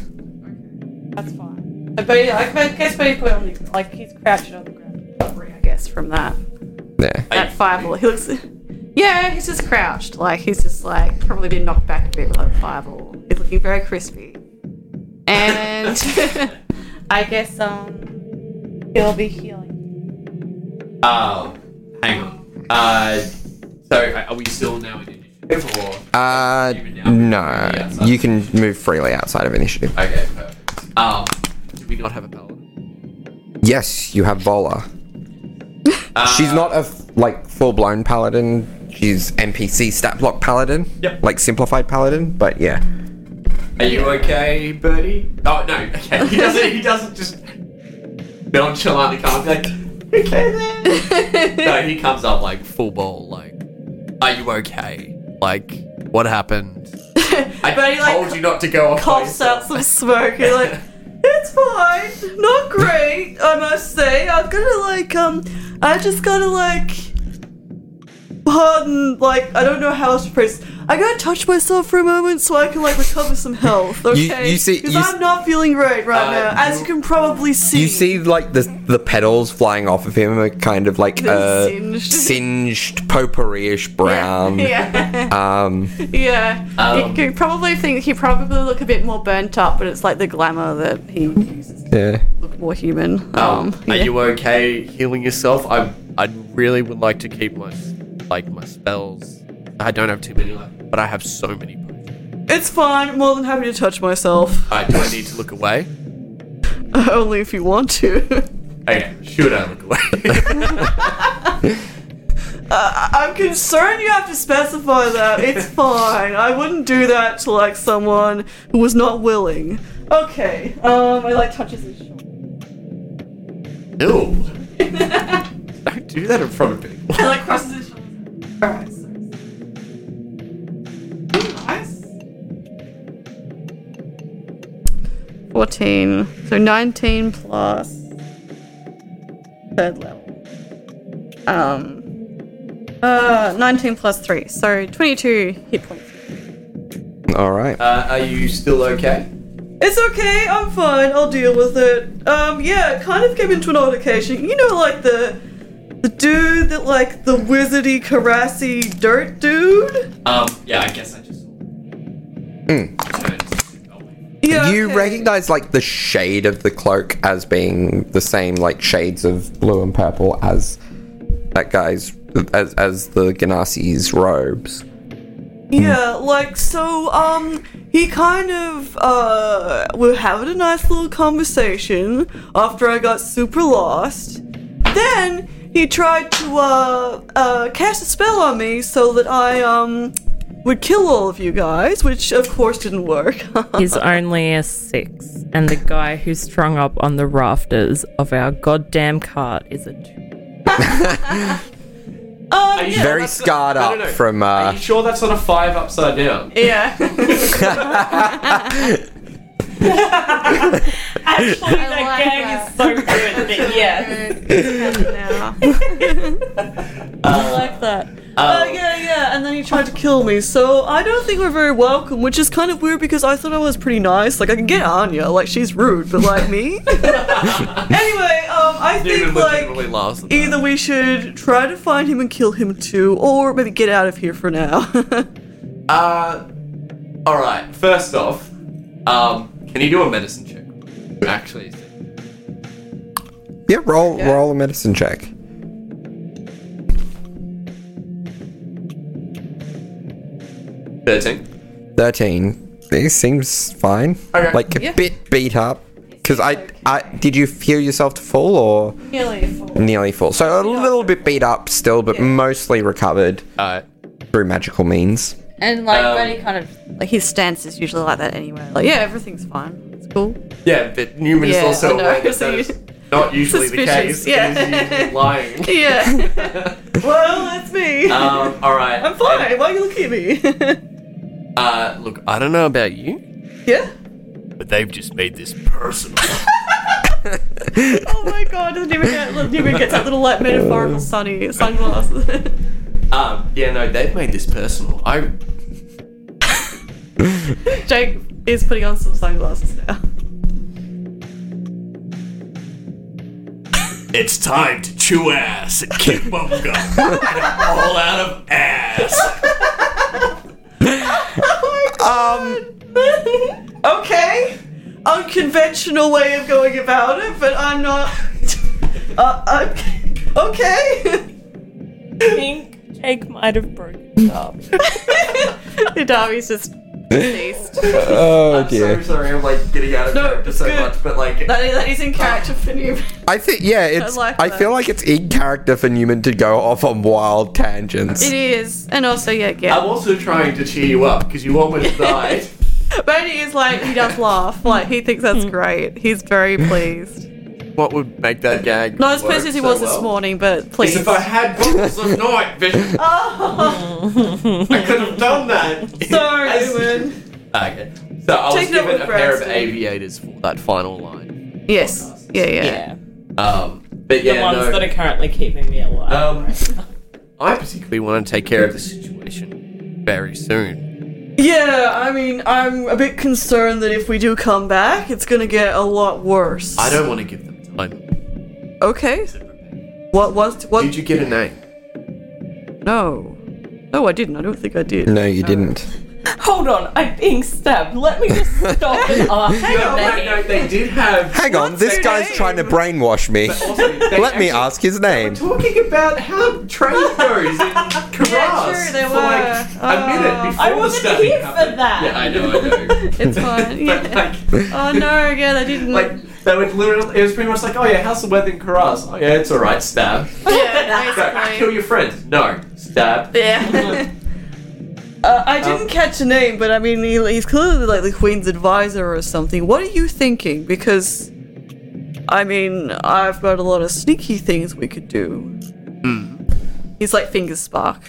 S9: That's fine. But Birdie, I I guess Birdie put on the, like, he's crouching on the ground. I guess from that.
S1: There.
S6: Are you-
S9: That fireball. He looks. Yeah, he's just crouched. Like he's just like probably been knocked back a bit with that fireball. He's looking very crispy. And I guess um he'll be healing.
S6: Um, hang on. Uh, so uh, are- are we still now in initiative or?
S1: Uh, no. You can move freely outside of initiative.
S6: Okay, perfect. Um, do we not have a paladin?
S1: Yes, you have Vola.
S6: Uh,
S1: She's not a f- like full blown paladin. She's NPC stat block paladin.
S6: Yep.
S1: Like simplified paladin, but yeah.
S6: Are you okay, Birdie? Oh no. Okay. He doesn't. He doesn't just nonchalantly come up and be like, okay then. no, he comes up like full ball. Like, are you okay? Like, what happened? I
S3: Birdie, like,
S6: told you not to go off. by
S3: Coughs out
S6: yourself.
S3: some smoke. He's like, it's fine. Not great, I must say. I'm gonna, like, um. I just gotta, like. Pardon, like, I don't know how else to phrase this. I gotta touch myself for a moment so I can, like, recover some health,
S1: You-
S3: okay?
S1: you see-
S3: Because
S1: you
S3: I'm
S1: s-
S3: not feeling great right
S6: Uh,
S3: now, as you can probably see.
S1: You see like the the petals flying off of him are kind of like a
S9: Singed.
S1: singed potpourri-ish brown.
S9: Yeah.
S1: Um
S9: yeah.
S6: Um,
S9: you could probably think he probably look a bit more burnt up, but it's like the glamour that he uses to
S1: yeah.
S9: look more human.
S6: Um,
S9: Um,
S6: are
S9: yeah.
S6: you okay healing yourself? I I really would like to keep my like my spells. I don't have too many left, but I have so many. potions.
S3: It's fine. I'm more than happy to touch myself.
S6: Alright, do I need to look away?
S3: Only if you want to.
S6: Okay, should I look away?
S3: I'm concerned you have to specify that. It's fine. I wouldn't do that to like someone who was not willing. Okay. Um, I like touches his shoulder.
S6: Ew. don't do that in front of people.
S3: I like crosses his shoulder. Alright. sorry. Nice.
S9: 14. So 19 plus third level. Um uh 19 plus 3. So 22 hit points.
S1: Alright.
S6: Uh, are you still okay?
S3: It's okay. I'm fine. I'll deal with it. Um, yeah. it Kind of came into an altercation. You know, like the the dude that like the wizardy carassy dirt dude.
S6: Um, yeah, I guess I just. Hmm.
S3: Yeah.
S1: You
S3: okay.
S1: recognize like the shade of the cloak as being the same like shades of blue and purple as that guy's as as the Ganassis robes.
S3: Yeah, like so. Um, he kind of uh, we're having a nice little conversation after I got super lost. Then he tried to uh, uh, cast a spell on me so that I um would kill all of you guys, which of course didn't work.
S10: is only a six, and the guy who's strung up on the rafters of our goddamn cart is a two.
S6: Are you
S1: Very
S6: that's-
S1: scarred
S6: no, no,
S1: up
S6: no.
S1: from
S6: Are
S1: uh,
S6: you sure that's not a five upside down?
S3: yeah.
S4: Actually, that
S9: like
S4: gang
S9: that.
S4: is so good. that, yeah.
S9: now.
S10: I like that.
S3: Uh, yeah, yeah, and then he tried to kill me, so I don't think we're very welcome, which is kind of weird because I thought I was pretty nice. Like, I can get Anya, like, she's rude, but like me? anyway, um, I think,
S6: Newman legitimately
S3: like,
S6: laughs. at that.
S3: either we should try to find him and kill him too, or maybe get out of here for now.
S6: Uh, all right. First off, um, can you do a medicine check? Actually,
S1: yeah, roll roll a medicine check.
S6: thirteen.
S1: Thirteen. It seems fine.
S6: Okay.
S1: Like a bit beat up. Because I, I did you feel yourself to full or
S9: Nearly full.
S1: nearly full? So a little bit beat up still, but mostly recovered
S6: All right.
S1: through magical means.
S9: And like,
S6: Um,
S9: um, kind of like his stance is usually like that anyway. Like, yeah, everything's fine. It's cool.
S6: Yeah, but Newman
S9: Yeah,
S6: is
S9: I
S6: also
S9: know,
S6: aware that
S9: so
S6: that
S9: you-
S6: is not usually the
S9: Suspicious,
S6: case. and is usually lying.
S9: Yeah.
S3: well, that's me.
S6: Um, all right.
S3: I'm fine, why are you looking at me?
S6: Uh, look, I don't know about you,
S3: yeah?
S6: but they've just made this personal.
S3: Oh my god, doesn't even get, doesn't even get that little, like, metaphorical sunny sunglasses.
S6: um, yeah, no, they've made this personal. I
S3: Jake is putting on some sunglasses now.
S11: It's time to chew ass and kick bubblegum. Get it all out of ass.
S1: Um,
S3: okay. Unconventional way of going about it, but I'm not. Uh, I'm, okay.
S10: I think Jake might have broken it up.
S9: Dami's just deceased.
S1: oh
S6: so
S1: dear.
S6: sorry. I'm like getting out of
S3: No,
S6: character
S3: it's
S6: so
S3: good.
S6: much, but like,
S3: That is, that is in character for you.
S1: I think yeah, it's.
S3: like
S1: I
S3: that.
S1: feel like it's in character for Newman to go off on wild tangents.
S9: It is, and also yeah, yeah.
S6: I'm also trying to cheer you up because you almost died.
S3: But he is like he does laugh. Like he thinks that's great. He's very pleased.
S6: What would make that gag?
S3: Not as
S6: work
S3: pleased as he
S6: so
S3: was
S6: well?
S3: this morning, but pleased.
S6: Is if I had bottles of night vision,
S4: Oh.
S6: I could have done that.
S3: Sorry, Ewan.
S6: Okay. So I was
S3: Take it up
S6: given
S3: with
S6: a pair of
S3: Braxton.
S6: aviators for that final line.
S3: Yes. Yeah, yeah.
S10: Yeah.
S6: Um, but
S4: The
S6: yeah,
S4: ones
S6: no.
S4: that are currently keeping me alive.
S6: Um, I particularly want to take care of the situation very soon.
S3: Yeah, I mean, I'm a bit concerned that if we do come back, it's gonna get a lot worse.
S6: I don't want to give them time.
S3: Okay. What was what?
S6: Did you get a name?
S3: No. No, I didn't. I don't think I did.
S1: no, you didn't.
S4: Hold on, I'm being stabbed. Let me just stop and ask. Hang
S6: No,
S4: on,
S6: no, no, they did have.
S1: Hang on, this
S3: her
S1: guy's
S3: name?
S1: trying to brainwash me.
S6: Also, they
S1: Let me
S6: actually-
S1: ask his name.
S6: Talking about how train goes in Karas
S3: Yeah, true, they
S6: for
S3: were. Oh.
S6: like a minute before
S4: I
S6: the
S4: wasn't
S6: stabbing
S4: here for
S6: happened.
S4: that.
S6: Yeah, I know, I know.
S3: It's fine.
S6: But,
S3: Yeah.
S6: like,
S3: Oh no, yeah, they didn't.
S6: like they would literally. It was pretty much like, oh yeah, how's the weather in Karas? Oh yeah, it's all right. Stab. Go, kill
S9: Basically.
S6: your friend. No. Stab.
S3: yeah. uh, I
S6: Um,
S3: didn't catch a name, but I mean, he, he's clearly like the Queen's advisor or something. What are you thinking? Because, I mean, I've got a lot of sneaky things we could do.
S6: Hmm.
S3: He's like fingers spark.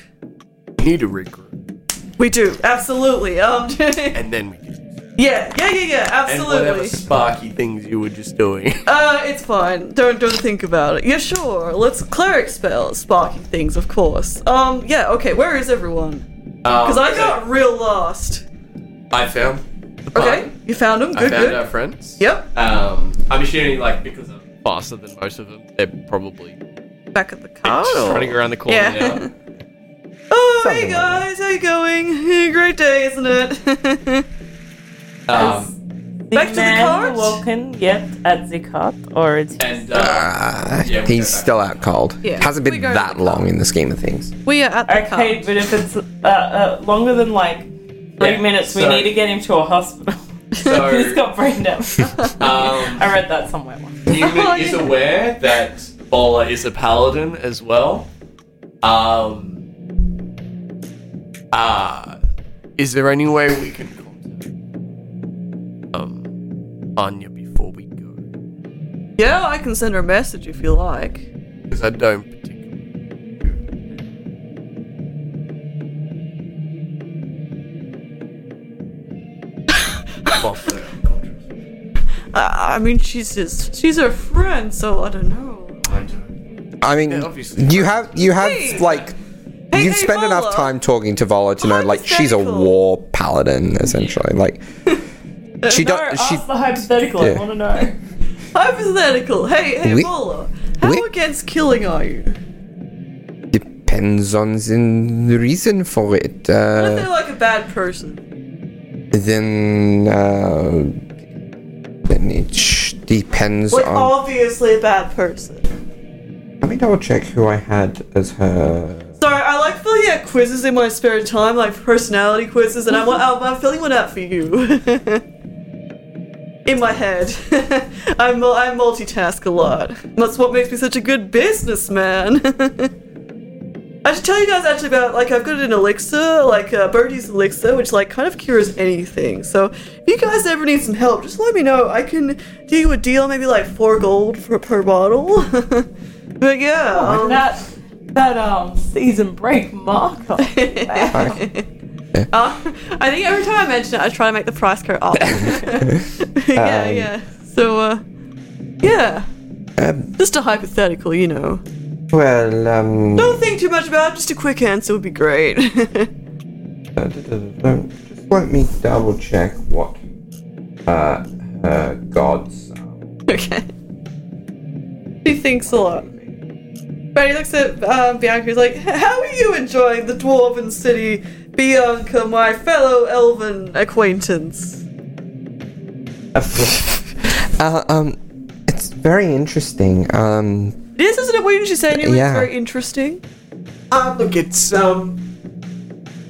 S6: Need a regroup,
S3: We do absolutely. Um, yeah,
S6: and then we can.
S3: yeah, yeah, yeah,
S6: And whatever
S3: absolutely.
S6: sparky things you were just doing.
S3: Uh, it's fine. Don't don't think about it. Yeah, sure. Let's cleric spells, sparky things, of course. Um, yeah, okay. Where is everyone? Because I got real lost.
S6: Um, I found. The
S3: Okay,
S6: button.
S3: you found them.
S6: I
S3: Good,
S6: found
S3: good.
S6: our friends.
S3: Yep,
S6: Um, I'm assuming like because I'm faster than most of them, they're probably
S3: back at the car.
S8: Oh.
S6: just running around the corner
S3: Yeah.
S6: now.
S3: Oh,
S1: Something like
S3: hey guys, how you going? Great day, isn't it?
S6: Um,
S3: Back to the cart?
S10: Woken yet at the cart, or it's
S6: And uh,
S8: Ah.
S1: Uh,
S6: Yeah, we'll
S1: he's
S6: go back.
S1: still out cold.
S3: Yeah.
S1: Hasn't
S3: We
S1: been
S3: go to
S1: that
S3: the
S1: long in the scheme of things.
S3: We are at the
S8: Okay,
S3: car.
S8: but if it's uh, uh, longer than like three
S6: Yeah,
S8: minutes, we
S6: so-
S8: need to get him to a hospital. He's
S6: so
S8: got brain damage.
S6: um,
S8: I read that somewhere once.
S6: Newman is aware that Bola is a paladin as well. Um, uh, is there any way we can contact um, Anya before we go?
S3: Yeah, I can send her a message if you like.
S6: Because I don't particularly. Off the unconscious.
S3: Uh, I I mean, she's his, she's her friend, so I don't know.
S6: I don't-
S1: I mean,
S6: Yeah, obviously.
S1: you have you have
S3: Hey.
S1: like
S3: Hey,
S1: you've
S3: hey,
S1: spent enough
S3: Vola.
S1: time talking to Vola to know like she's a
S3: Hypothetical.
S1: war paladin essentially. Like she
S8: No,
S1: don't
S8: ask
S1: she
S8: the hypothetical.
S1: Yeah.
S8: I want to know.
S3: Hypothetical. Hey, hey,
S1: We-
S3: Bola. How
S1: we-
S3: against killing are you?
S1: depends on the reason for it.
S3: What if they're
S1: Uh,
S3: like a bad person?
S1: then uh, then it sh- depends
S3: Like
S1: on.
S3: obviously a bad person.
S1: Let me double check who I had as her.
S3: Sorry, I like filling out quizzes in my spare time, like personality quizzes, and I'm, I'm, I'm filling one out for you. in my head, I'm mul- I multitask a lot. That's what makes me such a good businessman. I should tell you guys actually about like I've got an elixir, like uh, Birdie's elixir, which like kind of cures anything. So if you guys ever need some help, just let me know. I can do you a deal, maybe like four gold for per bottle. but yeah.
S4: Oh,
S3: um,
S8: That that um season break marker.
S3: Uh, I think every time I mention it, I try to make the price go up. yeah,
S1: Um,
S3: yeah. So, uh, yeah. just a hypothetical, you know.
S1: Uh, Well, um.
S3: Don't think too much about it, just a quick answer would be great.
S1: Uh, d- d- d- Don't, just let me double check what uh, her gods are.
S3: okay. She thinks a lot. Betty looks at um, Bianca who's like, How are you enjoying the dwarven city, Bianca, my fellow elven acquaintance?
S1: Uh, um, it's very interesting. Um,
S3: This isn't it weird she said anyway?
S1: Yeah.
S3: It's very interesting.
S6: Ah, look, it's um,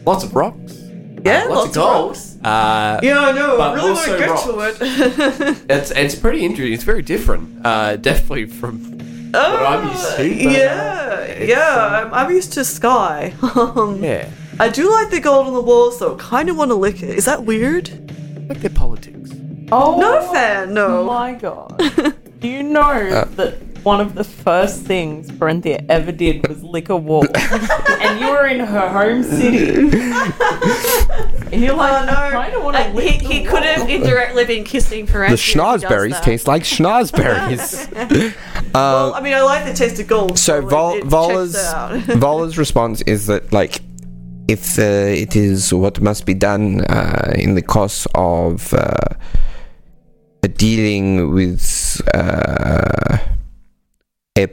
S6: lots of rocks.
S3: Yeah,
S6: Uh,
S3: lots, of
S6: gold.
S3: rocks.
S6: Uh,
S3: Yeah, I know. I
S6: But
S3: really want to
S6: also
S3: get
S6: rocks.
S3: to it.
S6: It's it's pretty interesting. It's very different. Uh, definitely from
S3: oh,
S6: I'm used to, but, uh, um,
S3: yeah, yeah. I'm, I'm used to sky. Um,
S6: yeah,
S3: I do like the gold on the walls, though. Kind of want to lick it. Is that weird?
S6: like their politics.
S8: Oh
S3: Not a fan. No.
S8: my god! Do you know
S6: Uh.
S8: that one of the first things Parenthea ever did was lick a wall, and you were in her home city, and you're like,
S3: Oh, no.
S8: I kind of want to lick the wall."
S9: have indirectly been kissing Perez.
S1: the schnozberries taste like schnozberries.
S3: Well, I mean, I like the taste of gold.
S1: Uh, so
S3: Oh, it-
S1: Vol-
S3: it checks
S1: Vola's
S3: out.
S1: Vola's response is that like. If uh, it is what must be done uh, in the course of uh, dealing with uh, a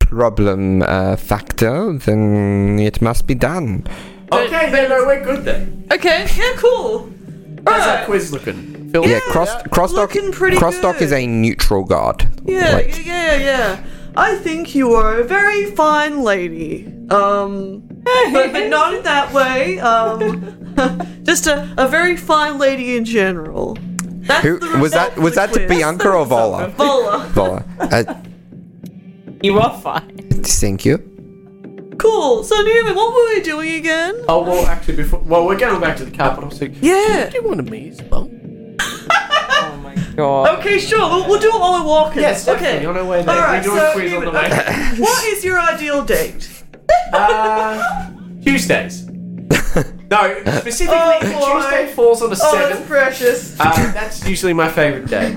S1: problem uh, factor, then it must be done.
S6: Okay, then no, we're good then.
S3: okay. Yeah. Cool.
S6: How's that
S3: Alright.
S6: quiz looking?
S1: Yeah, cross crossdock.
S3: looking pretty
S1: Crossdock is
S3: good.
S1: a neutral god.
S3: Yeah,
S1: Like,
S3: yeah, yeah, yeah. I think you are a very fine lady. Um, but, but not in that way. Um, just a, a very fine lady in general. That's
S1: who
S3: the-
S1: was that?
S3: that's
S1: Was
S3: the
S1: that to
S3: quiz.
S1: Bianca or Vola?
S3: Vola.
S1: Vola. Uh,
S8: you are fine.
S1: thank you.
S3: Cool. So, Newman, what were we doing again?
S6: Oh well, actually, before well, we're going back to the capital. So do
S3: Yeah.
S6: you want to meet as well?
S8: Oh my god!
S3: Okay, sure. We'll, we'll do it while we're walking.
S6: Yes,
S3: Okay.
S6: definitely. On our way there.
S3: All right,
S6: we're doing
S3: so
S6: quiz on the
S3: Newman,
S6: way.
S3: okay. what is your ideal date?
S6: Uh, Tuesdays. No, specifically
S3: Oh, boy.
S6: Tuesday falls on a
S3: Oh,
S6: seventh.
S3: that's precious.
S6: Uh, that's usually my favourite day.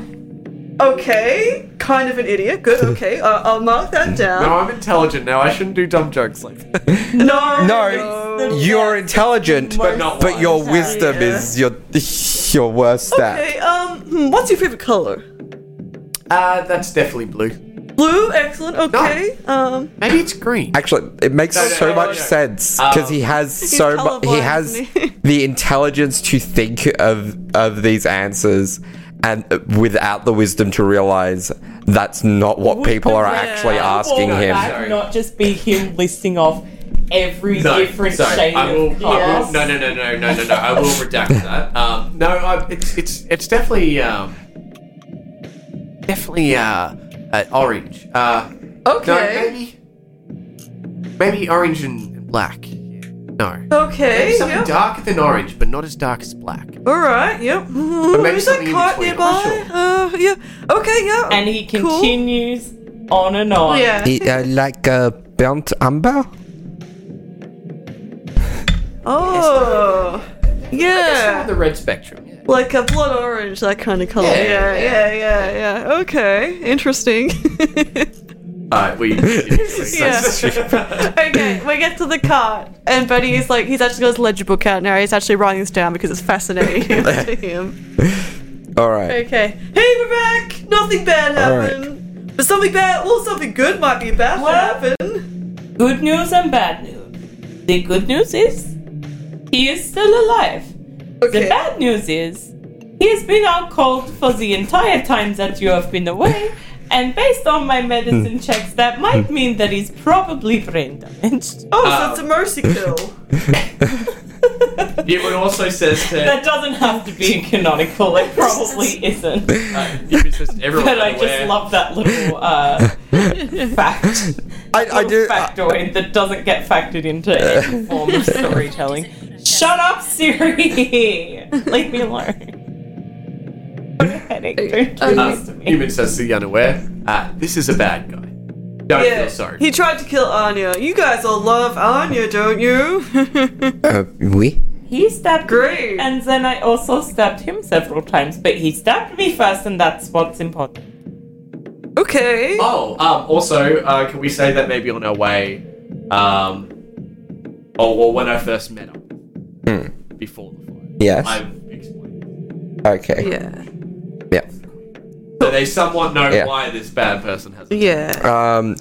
S3: Okay. Kind of an idiot. Good. Okay. Uh, I'll mark that down.
S6: No, I'm intelligent now. I shouldn't do dumb jokes like that.
S3: No,
S1: No, you are intelligent,
S6: But not
S1: but
S6: wise.
S1: your wisdom
S3: Yeah.
S1: is your your worst stat.
S3: Okay, um, hmm, what's your favorite color?
S6: Uh, that's definitely blue.
S3: Blue, excellent. Okay, um,
S6: Maybe it's green.
S1: Actually, it makes
S6: No, no,
S1: so
S6: no,
S1: much
S6: no.
S1: sense because he has so mu- he
S3: colorblind,
S1: has
S3: isn't he?
S1: the intelligence to think of of these answers, and uh, without the wisdom to realize that's not what people are actually asking
S4: Well,
S1: him.
S4: that
S6: Sorry.
S4: not just be him listing off every
S6: No,
S4: different
S6: sorry.
S4: shade
S6: I will,
S4: of
S6: I will.
S4: class.
S6: No, no, no, no, no, no, no. I will redact that. Um, no, I, it's it's it's definitely um, definitely uh, uh orange. Uh, no,
S3: Okay.
S6: maybe maybe orange and black. Yeah, No.
S3: okay.
S6: Maybe something
S3: Yep.
S6: darker than orange, but not as dark as black.
S3: All right. Yep.
S6: maybe
S3: Is that
S6: something in
S3: cart
S6: between,
S3: nearby?
S6: I'm
S3: Uh, yeah. Okay. Yeah.
S4: And he
S3: Cool.
S4: continues on and on.
S3: Yeah.
S1: It, uh, like a burnt umber?
S3: Oh.
S6: Somewhere
S3: Yeah.
S6: on the red spectrum. Yeah.
S3: Like a blood orange, that kind of color. Yeah, yeah, yeah, yeah. Okay, interesting.
S6: Uh, we.
S3: Yeah. okay, we get to the cart, and Buddy is like, he's actually got his ledger book out now. He's actually writing this down because it's fascinating to him.
S1: All right.
S3: Okay, hey, we're back. Nothing bad
S1: All right.
S3: happened, but something bad, well, something good might be bad to
S4: Well-
S6: Uh,
S3: happen.
S4: Good news and bad news. The good news is he is still alive. The
S3: Okay.
S4: bad news is he has been out cold for the entire time that you have been away. And based on my medicine
S1: Hmm.
S4: checks, that might mean that he's probably brain damaged.
S3: Oh, so it's a mercy kill.
S6: Newman also says
S4: That
S6: to
S4: doesn't have to be canonical. It probably isn't.
S6: uh, Newman says to everyone.
S4: But I
S6: aware-
S4: just love that little uh, fact.
S1: I, I do. uh,
S4: factoid that doesn't get factored into any form of storytelling. Shut up, Siri! Leave me alone. What a headache. Don't do
S6: Um,
S4: this to me.
S6: Newman says to the unaware. Uh, this is a bad guy. Don't
S3: Yeah,
S6: feel sorry.
S3: he tried to kill Anya. You guys all love Anya, don't you?
S1: Uh, oui?
S4: He stabbed
S3: Great.
S4: me, and then I also stabbed him several times, but he stabbed me first, and that's what's important.
S3: okay.
S6: Oh, um, also, uh, can we say that maybe on our way, um, oh, well, when I first met him,
S1: Hmm.
S6: before the fire,
S1: Yes.
S6: I'm explaining.
S1: okay.
S3: Yeah.
S1: Yeah.
S6: So they somewhat know
S1: Yeah.
S6: why this bad person has.
S3: Yeah.
S1: Um,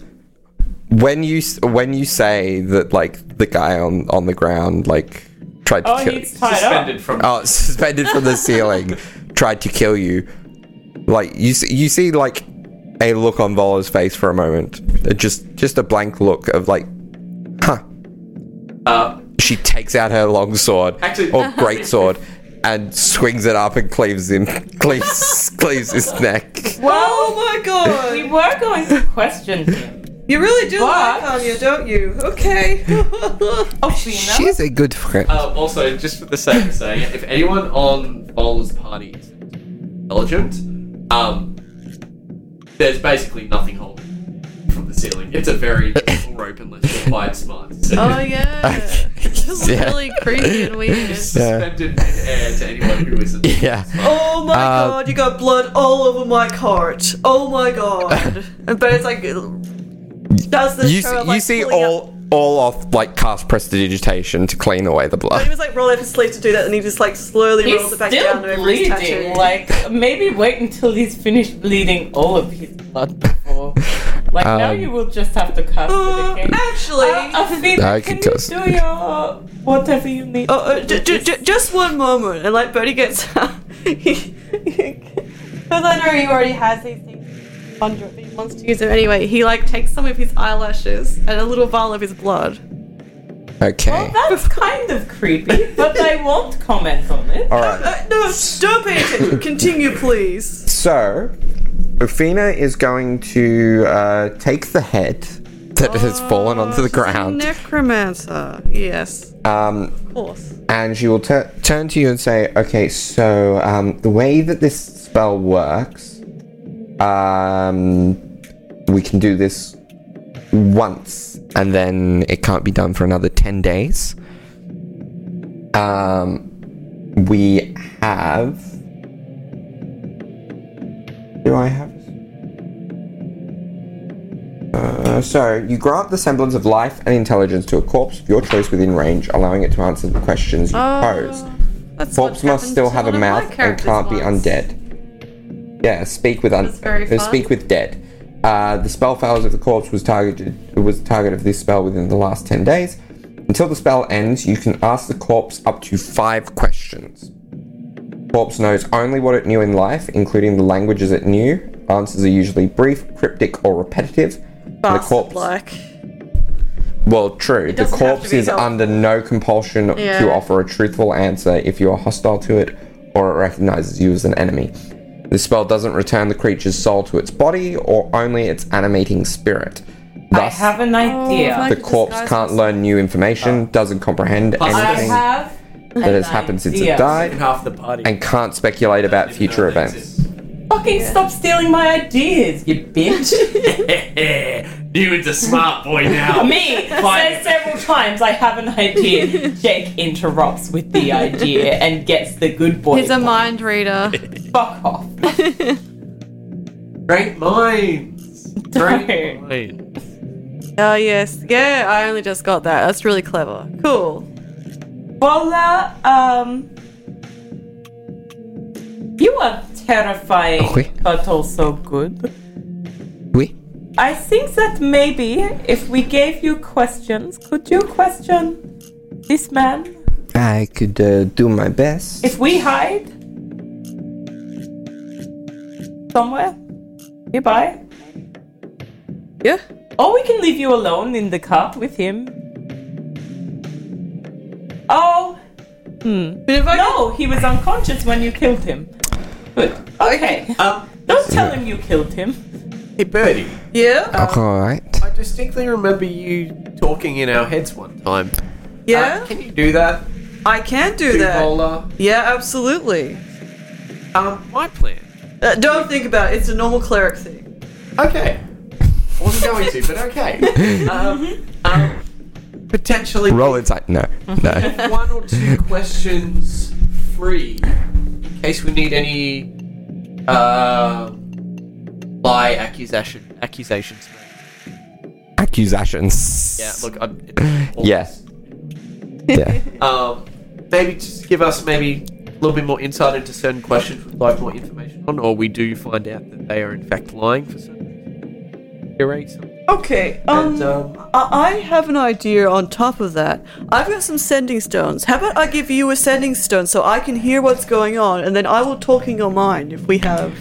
S1: when you s- when you say that, like the guy on on the ground, like tried to
S4: Oh,
S1: kill.
S4: he's tied up.
S6: Suspended from.
S1: oh, suspended from the ceiling, tried to kill you. Like you, see, you see like a look on Volo's face for a moment, Uh, just just a blank look of like, huh.
S6: Uh,
S1: She takes out her long sword,
S6: Actually-
S1: or great sword, and swings it up and cleaves him, cleaves cleaves his neck.
S3: oh my god.
S4: We were going to question him.
S3: You really do
S4: But-
S3: like Anya, don't you? Okay.
S4: Oh, you know? Oh.
S1: She's a good friend.
S6: uh, also, just for the sake of saying it, if anyone on Vol's party is intelligent, um, there's basically nothing holding it from the ceiling. It's a very more open, less applied smart.
S9: Oh yeah. This is
S1: Yeah.
S9: really creepy and weird.
S6: Suspended in air to anyone who isn't.
S1: Yeah.
S3: oh my
S1: Uh,
S3: god, you got blood all over my cart. Oh my god. but it's like does this
S1: You
S3: show
S1: see,
S3: of, like,
S1: you see
S3: pulling
S1: all
S3: Up.
S1: all off like cast prestidigitation to clean away the
S3: But he
S1: blood.
S3: was like rolling up his sleeve to do that, and he just like slowly rolled
S4: He's
S3: it back down
S4: still
S3: over his tattoo.
S4: bleeding. Like, maybe wait until he's finished bleeding all of his blood before. Like, now
S1: Um,
S4: you will just have to cast
S3: Uh,
S4: it again.
S3: actually,
S4: Uh, Athena,
S1: I
S4: can
S1: can
S4: you
S1: toss.
S4: do your whatever you need?
S3: Oh, uh, j- j- j- just one moment, and like Bertie gets out.
S9: Because I know he already has these things under it, but he wants to use them anyway. He like takes some of his eyelashes and a little vial of his blood.
S1: Okay.
S4: That's kind of creepy, but I won't comment on it.
S1: All right.
S3: Uh, no, don't pay attention. Continue, please.
S1: So, Athena is going to uh, take the head that has
S3: Oh,
S1: fallen onto the ground,
S3: Necromancer. Yes,
S1: um,
S3: of course.
S1: and she will tur turn to you and say, "Okay, so um, the way that this spell works, um, we can do this once, and then it can't be done for another ten days. Um, we have. Do I have? Uh, so, you grant the semblance of life and intelligence to a corpse of your choice within range, allowing it to answer the questions you
S9: Oh.
S1: pose.
S9: That's
S1: Corpse
S9: what
S1: must
S9: happened
S1: still
S9: to
S1: have a
S9: one of my
S1: mouth and
S9: characters
S1: can't be
S9: once.
S1: undead. Yeah, speak with un-
S9: That's very
S1: uh,
S9: fun.
S1: speak with dead. Uh, the spell fails if the corpse was targeted was the target of this spell within the last ten days. Until the spell ends, you can ask the corpse up to five questions. Corpse knows only what it knew in life, including the languages it knew. Answers are usually brief, cryptic, or repetitive. And the corpse.
S9: like.
S1: Well, true. The
S9: doesn't have
S1: corpse
S9: to be
S1: is
S9: helpful.
S1: under no compulsion
S9: Yeah.
S1: to offer a truthful answer if you are hostile to it or it recognizes you as an enemy. The spell doesn't return the creature's soul to its body or only its animating spirit.
S4: I
S1: Thus,
S4: have an idea.
S9: Oh,
S1: the corpse can't learn new information, doesn't comprehend
S4: I
S1: anything
S4: have
S1: that has happened since
S4: idea.
S1: it died,
S11: half the party.
S1: and can't speculate about future events.
S4: fucking stop stealing my ideas, you bitch.
S11: you is a smart boy now.
S4: Me says several times I have an idea. Jake interrupts with the idea and gets the good boy.
S9: He's a mind reader.
S4: fuck off.
S6: Great minds. Great
S4: Don't.
S6: minds.
S9: oh yes, yeah. I only just got that. That's really clever. Cool.
S4: Bola, um, you are terrifying,
S1: Okay.
S4: but also good.
S1: Oui.
S4: I think that maybe if we gave you questions, could you question this man?
S1: I could uh, do my best.
S4: If we hide somewhere nearby,
S9: Yeah.
S4: or we can leave you alone in the car with him. Oh, hmm.
S9: But if I
S4: No, he was unconscious when you killed him. Good. Okay.
S6: Um,
S4: Don't tell him you killed him.
S6: hey, Birdie.
S9: yeah,
S1: All right.
S6: I distinctly remember you talking in our heads one time.
S3: Yeah,
S6: Uh, can you do that,
S3: I can do that.
S6: Tuvola?
S3: Yeah, absolutely.
S6: Um, my plan.
S3: Uh, don't think about it. It's a normal cleric thing.
S6: Okay. I wasn't going to, but okay. Um, um, potentially
S1: Roll inside. No, no.
S6: one or two questions free in case we need any uh, lie accusation accusations.
S1: Accusations.
S6: Yeah, look, I'm. it's all-
S1: Yeah. Yeah.
S6: Um, maybe just give us maybe a little bit more insight into certain questions we'd like more information on, or we do find out that they are in fact lying for some reason. Curate something.
S3: Okay.
S6: and,
S3: Um,
S6: um,
S3: I-, I have an idea. On top of that, I've got some sending stones. How about I give you a sending stone so I can hear what's going on, and then I will talk in your mind if we have.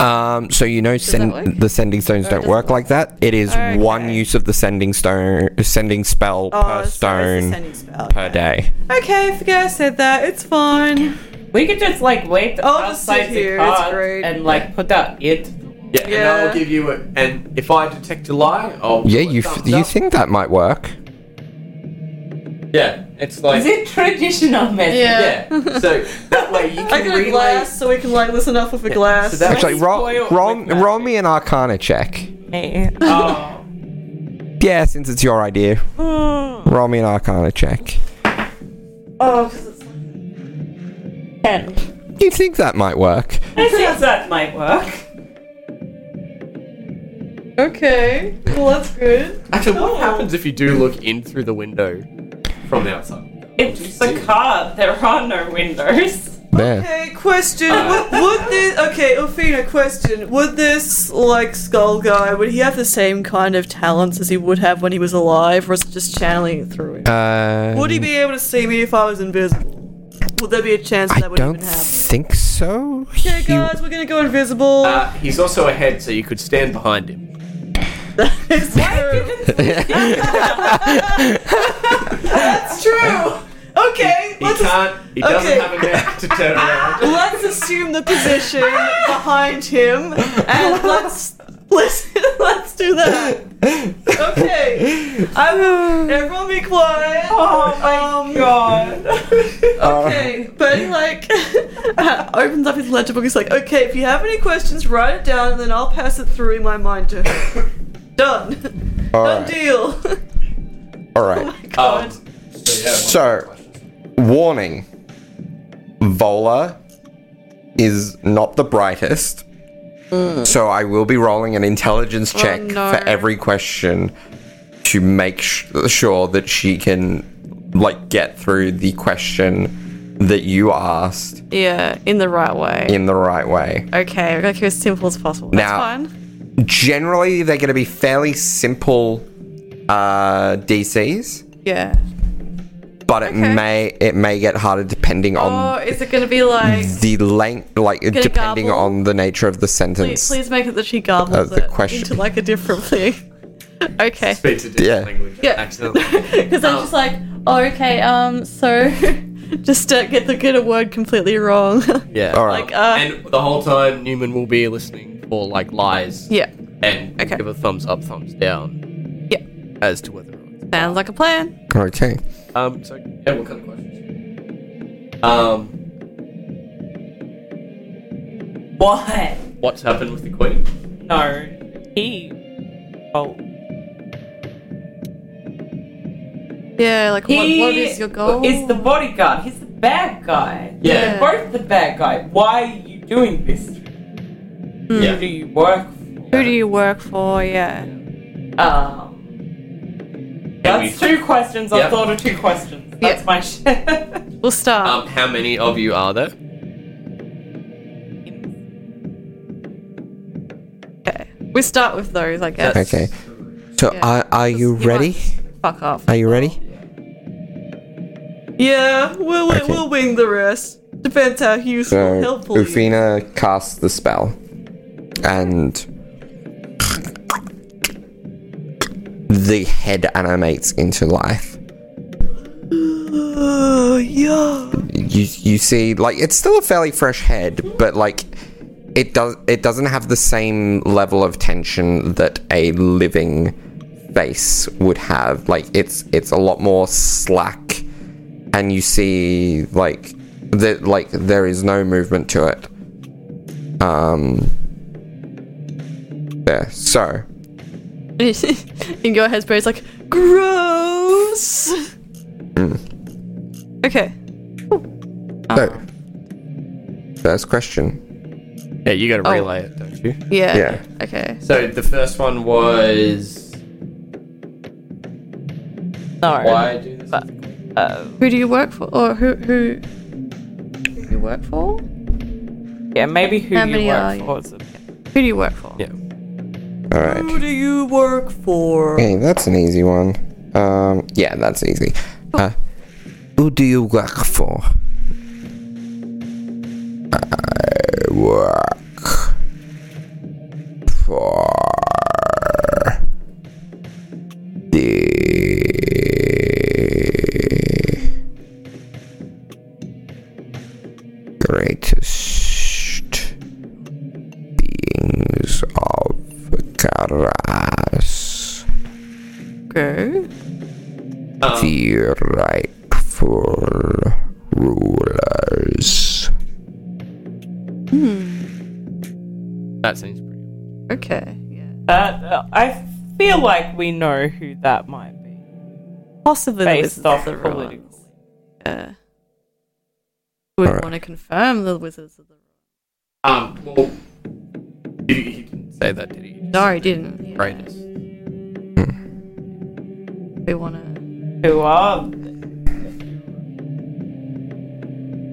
S1: Um, so you know,
S9: work?
S1: send, the sending stones don't work like that. It is one use of the sending stone, sending spell
S3: Oh,
S1: per
S3: sorry, it's uh, a
S1: stone
S3: sending spell.
S1: per day.
S3: Okay, I forget I said that. It's fine.
S4: We could just like wait
S3: I'll just
S4: outside
S3: sit
S4: the
S3: here, it's
S4: car
S3: great.
S4: and like put out it.
S6: yeah, and
S3: yeah.
S6: I'll give you a, and if I detect a lie, I'll
S1: Yeah,
S6: give a
S1: you f-
S6: thumbs
S1: you
S6: up.
S1: think that might work?
S6: yeah, it's like
S4: Is it traditional method?
S6: yeah. so that way you
S3: I
S6: can
S3: got a
S6: relay.
S3: glass so we can like listen up with a glass.
S6: So that-
S1: Actually,
S4: Let's
S1: roll
S4: spoil
S1: roll
S4: quick magic.
S1: roll me an Arcana check.
S4: Hey. Oh.
S1: Yeah, since it's your idea, roll me an Arcana check.
S3: oh, 'cause it's-
S4: Ten.
S1: You think that might work?
S4: I think that might work.
S3: okay. Well, that's good.
S6: Actually,
S4: Oh.
S6: what happens if you do look in through the window from outside?
S4: It's the car. There are no windows.
S1: There.
S3: Okay, question.
S6: Uh,
S3: Would, would this? Okay, Ophina, question. Would this like skull guy? Would he have the same kind of talents as he would have when he was alive, or is it just channeling it through him?
S1: Uh,
S3: would he be able to see me if I was invisible? Would there be a chance
S1: I
S3: that would
S1: don't
S3: even happen?
S1: think so.
S3: Okay,
S1: He-
S3: guys, we're gonna go invisible.
S6: Uh, he's also ahead, so you could stand behind him.
S3: It's true. That's true. Okay,
S6: He
S3: let's
S6: can't. He doesn't
S3: okay.
S6: have a neck to turn around.
S3: let's assume the position behind him and let's let's let's do that. Okay. I'm everyone be quiet. Oh my god. okay. But he like uh, opens up his ledger book, he's like, okay, if you have any questions, write it down and then I'll pass it through in my mind to her. Done.
S1: all
S3: Done
S1: right.
S3: deal. Oh
S1: All right.
S3: God.
S6: So, yeah,
S1: So, warning Vola is not the brightest.
S3: Mm.
S1: So, I will be rolling an intelligence
S3: Oh,
S1: check
S9: no.
S1: for every question to make sh- sure that she can, like, get through the question that you asked
S9: yeah, in the right way.
S1: in the right way.
S9: Okay, we're gonna keep it as simple as possible. That's
S1: Now-
S9: fine.
S1: Generally, they're going to be fairly simple uh, DCs.
S9: Yeah.
S1: but it may it may get harder depending
S3: Or
S1: on
S3: is it gonna be like
S1: the length, like depending
S3: garble.
S1: on the nature of the
S3: please,
S1: sentence.
S3: please make it that she garbles
S1: Uh, the
S3: it
S1: question.
S3: into like a different thing. okay.
S6: Speaks a different
S1: Yeah.
S6: language.
S3: Yeah.
S6: Accidentally.
S3: Because I'm just like, oh, okay, um, so just uh, get the get a word completely wrong.
S6: Yeah.
S1: All right.
S3: like, uh,
S6: And the whole time, Newman will be listening for like lies
S3: yeah,
S6: and
S3: Okay.
S6: give a thumbs up, thumbs down.
S3: Yeah.
S6: As to whether. Or not.
S3: sounds like a plan.
S1: Okay.
S6: Um. So yeah, what kind of questions? Um.
S4: What?
S6: What's happened with the queen?
S4: No. He. Oh.
S3: Yeah, like what,
S4: He
S3: what is your goal?
S4: Is the bodyguard. He's the bad guy. You're
S6: Yeah.
S4: both the bad guy. Why are you doing this?
S3: Hmm.
S4: Who do you work
S9: Who do you work for? Yeah.
S4: for? Um, that's
S6: we-
S4: two questions. I
S6: Yep.
S4: thought of two questions. That's
S3: Yeah.
S4: my shit.
S9: We'll start.
S6: Um. How many of you are there?
S3: okay. We start with those, I guess.
S1: Okay. So
S3: Yeah.
S1: are, are you
S3: Just- you
S1: ready?
S3: Fuck off.
S1: Are you ready?
S3: Yeah, we'll
S1: Okay.
S3: we'll wing the rest. Depends how useful,
S1: So
S3: helpful. you-
S1: Ufina casts the spell, and the head animates into life.
S3: Oh, yeah.
S1: you you see like it's still a fairly fresh head, but like it does it doesn't have the same level of tension that a living face would have. Like it's it's a lot more slack, and you see like that like there is no movement to it. Um. There. So
S3: In your head, Barry's like, gross. Okay.
S1: mm. so first question.
S6: Yeah, you got to
S3: Oh.
S6: relay it, don't you?
S3: Yeah.
S1: Yeah.
S3: Okay.
S6: So the first one was
S3: No.
S6: why do this?
S4: Uh,
S3: Who do you work for? Or who who, who do you work for?
S4: yeah, maybe who
S9: How
S4: do
S9: many
S4: you
S9: are
S4: work
S9: you?
S4: for? It's a-
S9: Who do you work for?
S6: Yeah.
S1: All right.
S3: Who do you work for?
S1: Hey, that's an easy one. Um, yeah, that's easy. Uh, who do you work for? I work for the greatest beings of Karas.
S3: Go.
S6: Um,
S1: the rightful rulers.
S6: that seems pretty.
S3: Okay. Yeah.
S4: That, uh, I feel like we know who that might be.
S3: Possibly the
S4: Based
S3: Wizards
S4: off
S3: of
S4: the
S3: the
S4: political.
S3: Rock. Yeah. Would
S1: Alright.
S3: want to confirm the Wizards of the Rock.
S6: Um. Well, he, he didn't say that, did he?
S3: No, he didn't. Yeah.
S6: Greatness.
S3: We want to.
S4: Who are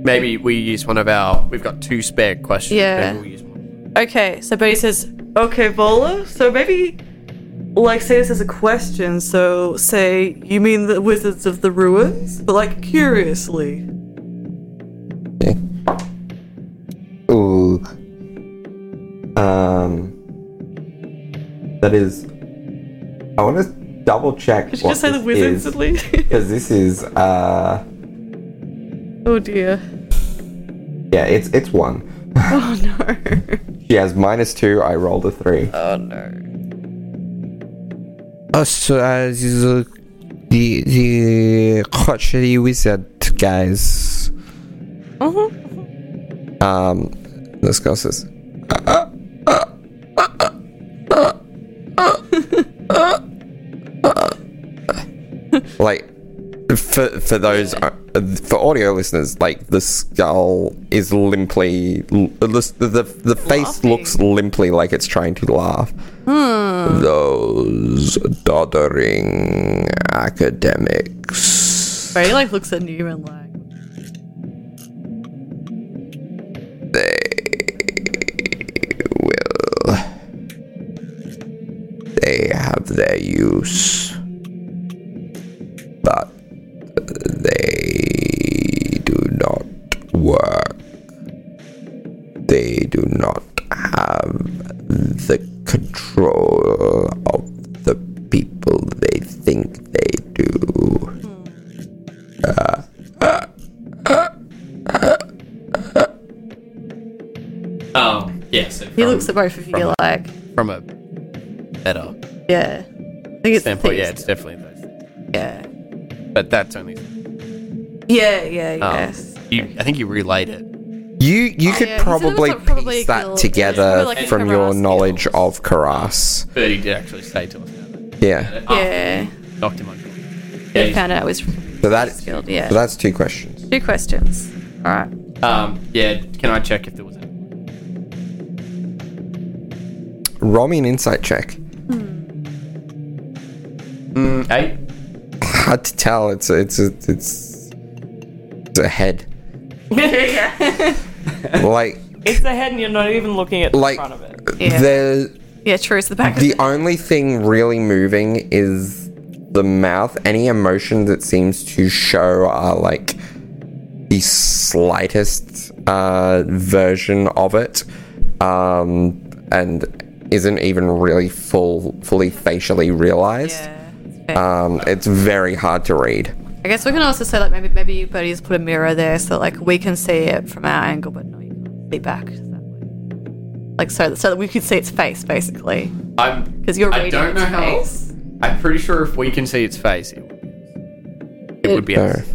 S6: Maybe we use one of our. We've got two spare questions.
S3: Yeah.
S6: Maybe we'll use one.
S3: Okay. So Betty says, "Okay, Vola. So maybe, like, say this as a question. So say you mean the Wizards of the Ruins, but like curiously.
S1: Ooh. Um. That is. I want to double check.
S3: Could you just say the Wizards at least?
S1: Because this is. Uh.
S3: oh dear.
S1: Yeah, it's it's one.
S3: Oh no.
S1: She has minus two. I rolled a three.
S3: Oh no.
S1: Oh, so uh, this is, uh, the the crotchety wizard guys. Um, let's go. Says. like for for those uh, for audio listeners, like the skull is limply the the, the face looks limply like it's trying to laugh. Those doddering academics,
S3: Betty like looks at Newman like.
S1: they will. They have their use, but they have the control of the people they think they do.
S6: Um, yeah, so
S9: He
S6: from,
S9: looks at both of you like,
S6: from a better
S9: yeah. I think it's the
S6: standpoint, yeah,
S9: things-
S6: it's definitely those things.
S9: yeah.
S6: But that's only.
S9: Yeah, yeah,
S6: Um,
S9: yes.
S6: You, I think you relayed it.
S1: You you could
S9: Oh, yeah, he's gonna
S1: probably
S9: look probably
S1: piece that
S9: guilt.
S1: together
S9: Probably like a
S1: from your
S9: Karas
S1: knowledge of Karas.
S6: But he did actually say to us Um, now that
S1: Yeah.
S6: Ah.
S9: yeah.
S6: knocked him on.
S9: yeah. You found out it was
S1: So that
S9: skilled, yeah.
S1: so that's two questions.
S9: Two questions. All right.
S6: Um, yeah, can I check if there was any?
S1: Roll me an insight check.
S6: Mm, eight?
S1: Hard to tell. It's a, it's a, it's it's a head. like
S8: It's the head, and you're not even looking at the
S1: like
S8: front of it.
S9: Yeah.
S1: the
S9: Yeah, true. It's the back of
S1: the
S9: the
S1: only thing really moving is the mouth. Any emotion that seems to show are like the slightest uh, version of it, um, and isn't even really full fully facially realized.
S9: Yeah.
S1: Um, it's very hard to read.
S9: I guess we can also say like maybe maybe you buddies put a mirror there so like we can see it from our angle, but no, you can't see back. so that way- Like so, so that we could see its face basically,
S6: I'm.
S9: because you're
S6: I
S9: reading
S6: don't
S9: its
S6: know how.
S9: face.
S6: I'm pretty sure if we can see its face, it would be, it would be
S1: No.
S6: us.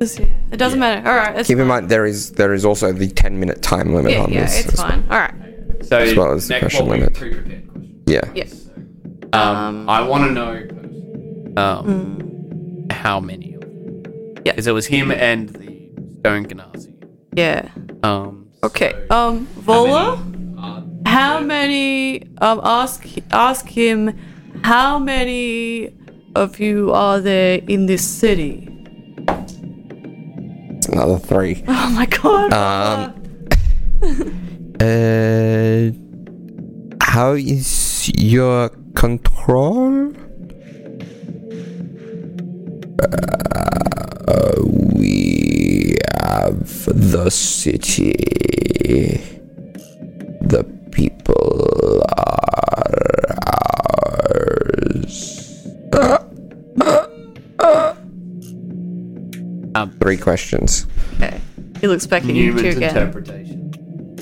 S9: Just- yeah, It doesn't matter. All right, it's
S1: Keep in
S9: fine.
S1: mind there is there is also the ten minute time limit
S9: Yeah,
S1: on
S9: yeah,
S1: this.
S9: it's
S1: as-
S9: fine. All right.
S6: So
S1: As well as the
S6: next
S1: question
S6: what we
S1: limit.
S6: pre-prepared question.
S1: Yeah.
S9: Yeah.
S6: Um,
S9: Um,
S6: I want to know um, how many. of them.
S9: Hmm. Yeah.
S6: because it was him and the stone Ganasi.
S9: Yeah.
S6: Um,
S9: Okay.
S6: so how
S9: Um,
S6: many
S9: Vola,
S6: are-
S9: how many? Um, ask ask him, how many of you are there in this city?
S1: It's another three.
S9: Oh my god.
S1: Um, uh, how is your control? Uh, we have the city. The people are ours.
S6: Um,
S1: Three questions.
S9: okay. He looks back at you two
S6: Newman's
S9: again.
S6: interpretation.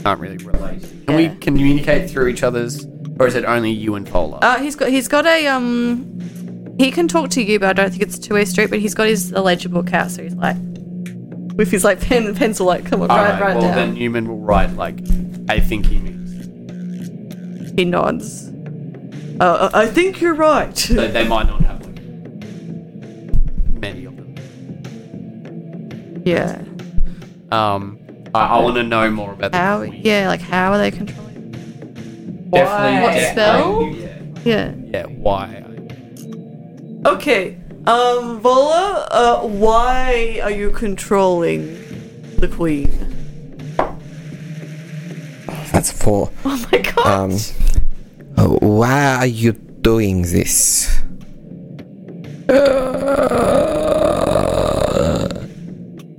S6: Can't really relate. Can we
S9: Yeah.
S6: communicate through each other's, or is it only you and Polar?
S9: Uh, he's got he's got a um. He can talk to you, but I don't think it's two way street. But he's got his illegible cat, so he's like, with his like pen and pencil, like come on,
S6: All
S9: write, write
S6: well
S9: down.
S6: then Newman will write like, I think he means.
S3: He nods. Uh, I I think you're right.
S6: So they might not have like many of them.
S9: Yeah.
S6: Um, I, I want to know more about them.
S9: How?
S6: We
S9: Yeah. Like how are they controlling?
S6: Definitely,
S9: What
S6: definitely-
S9: Yeah.
S6: Yeah, yeah. Why?
S3: Okay. Um, Vola, uh, why are you controlling the queen?
S1: That's four.
S9: Oh my god.
S1: Um, uh, why are you doing this?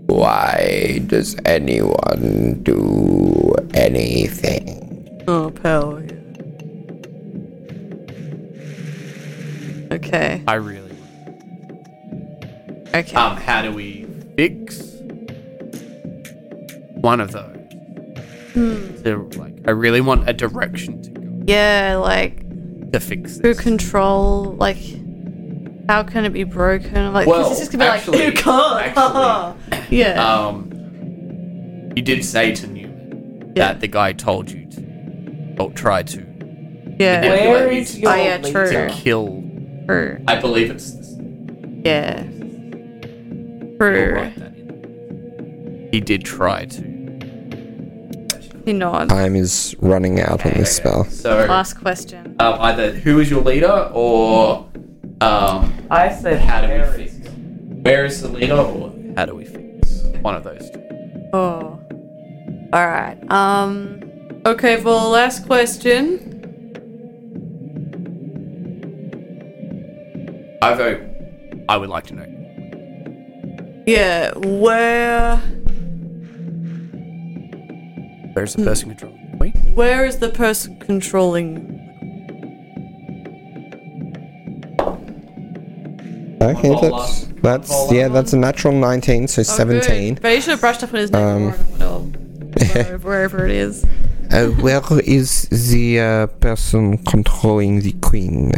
S1: why does anyone do anything?
S3: Oh, power. Yeah. Okay.
S6: I really.
S9: okay.
S6: Um, how do we fix one of those?
S9: Hmm.
S6: So, like, I really want a direction to go
S9: yeah. Like
S6: to fix
S9: who
S6: this.
S9: control? Like how can it be broken? Like 'cause
S6: Well,
S9: it's just gonna be
S6: actually, uh,
S3: You can't! haha.
S6: actually,
S9: like yeah.
S6: um, you did say to Newman
S9: Yeah.
S6: that the guy told you to, or try to,
S9: yeah.
S6: yeah.
S8: Where
S6: Yeah.
S8: is your
S9: Oh, yeah,
S8: leader?
S9: true.
S6: to kill.
S9: True.
S6: I believe it's. This,
S9: Yeah.
S6: you'll
S9: True.
S6: write that in. He did try to.
S9: He nods.
S1: Time is running out on this spell.
S6: So
S9: Last question.
S6: um, either who is your leader or um,
S8: I said,
S6: how do
S8: where
S6: we
S8: is
S6: fix where is the leader or how do we fix one of those two
S9: Oh. All right. Um. Okay. Well, last question.
S6: i vote i would like to know
S3: Yeah, where.
S6: where's the person control shouldn't we?
S3: Where is the person controlling?
S1: Okay,
S6: One ball
S1: that's
S6: left. One
S1: that's
S6: ball
S1: yeah, that's a natural nineteen, so
S3: Oh,
S1: seventeen.
S3: Good. But he should have brushed up on his neck
S1: Um,
S3: more than what else. Wherever- Wherever it is.
S1: Uh, where is the uh, person controlling the queen?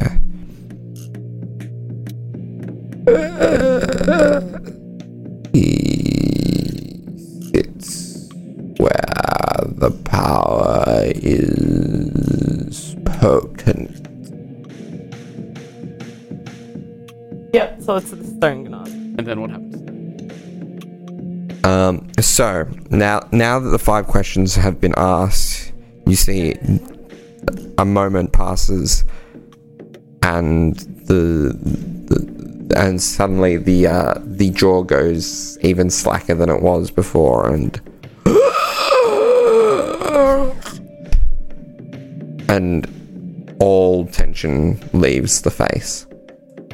S1: It's where the power is potent.
S10: Yep, so it's the stone gnome.
S6: And then what happens?
S1: Um, so now, now that the five questions have been asked, you see a moment passes, and the, the and suddenly the uh, the jaw goes even slacker than it was before, and and all tension leaves the face.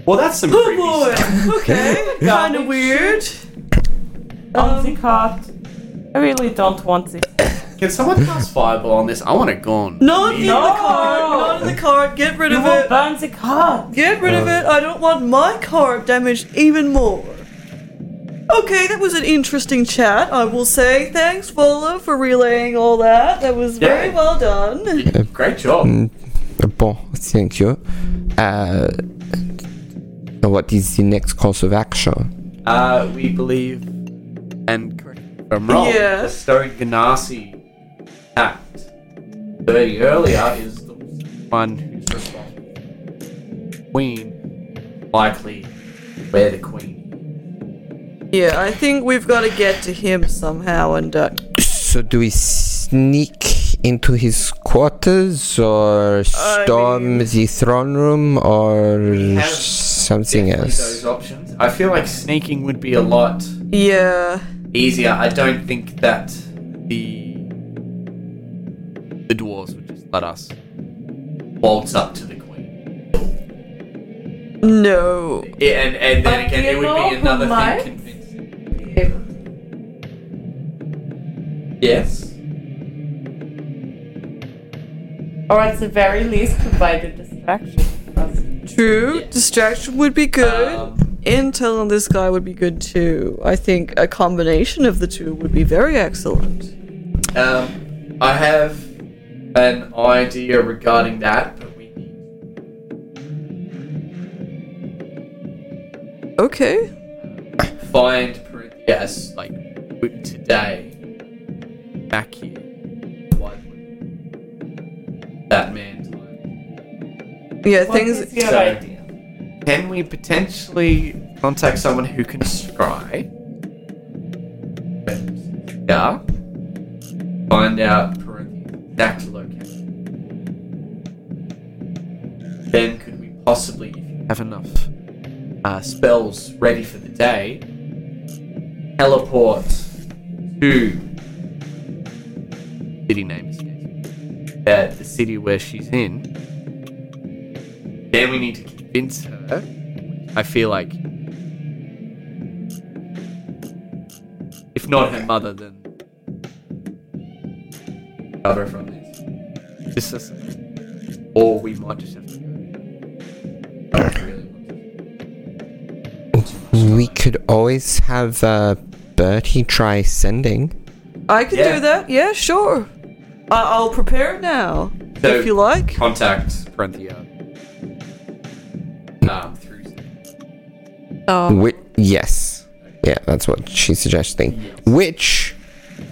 S6: Well, that's some creepy
S3: Boy,
S6: stuff.
S3: okay, kind of weird.
S10: I really don't want it.
S6: Can someone cast fireball on this? I want it gone.
S3: Not in the card. Not in the card. Get rid of it.
S10: Burn the card.
S3: Get rid of it. I don't want my card damaged even more. Okay, that was an interesting chat. I will say thanks, Vola, for relaying all that. That was very
S6: Yeah.
S3: well done.
S6: Great job.
S1: Bon, thank you. Uh, what is the next course of action?
S6: Uh, we believe, and correct me if I'm wrong,
S3: Yeah.
S6: the Stone Ganassi Act 30 earlier is the one who's responsible. Queen, likely where the queen.
S3: Yeah, I think we've got to get to him somehow and uh,
S1: So, do we sneak into his quarters or storm the throne room or
S6: have
S1: something
S6: Definitely
S1: else?
S6: Those options. I feel like sneaking would be a lot
S3: yeah.
S6: easier. I don't think that the the dwarves would just let us waltz up to the queen.
S3: No.
S6: Yeah, and and then
S4: But
S6: again,
S4: you
S6: it would
S4: know
S6: be
S4: who
S6: another
S4: might?
S6: thing convincing. Yes.
S4: Or at the very least, provide a distraction. for us.
S3: True. Distraction would be good.
S6: Um,
S3: Intel on this guy would be good too. I think a combination of the two would be very excellent.
S6: um, I have an idea regarding that, but we need
S3: Okay.
S6: to find yes, like today, back here. Like, that man.
S3: Yeah,
S4: What
S3: things.
S4: is your
S6: so-
S4: idea?
S6: Can we potentially contact someone who can scry? Yeah. Find out the exact location. Then could we possibly, if you have enough uh, spells ready for the day, teleport to city name escapes me. uh, the city where she's in. Then we need to convince her. I feel like. If not her mother, then. Cover her from this. This is. Or we might just have to go. I don't really want to.
S1: We could always have uh, Bertie try sending.
S3: I could
S6: Yeah.
S3: do that. Yeah, sure. I- I'll prepare it now
S6: So-
S3: if you like.
S6: Contact Parenthia. Um, through.
S9: Um,
S1: Whi yes. Yeah, that's what she's suggesting. Which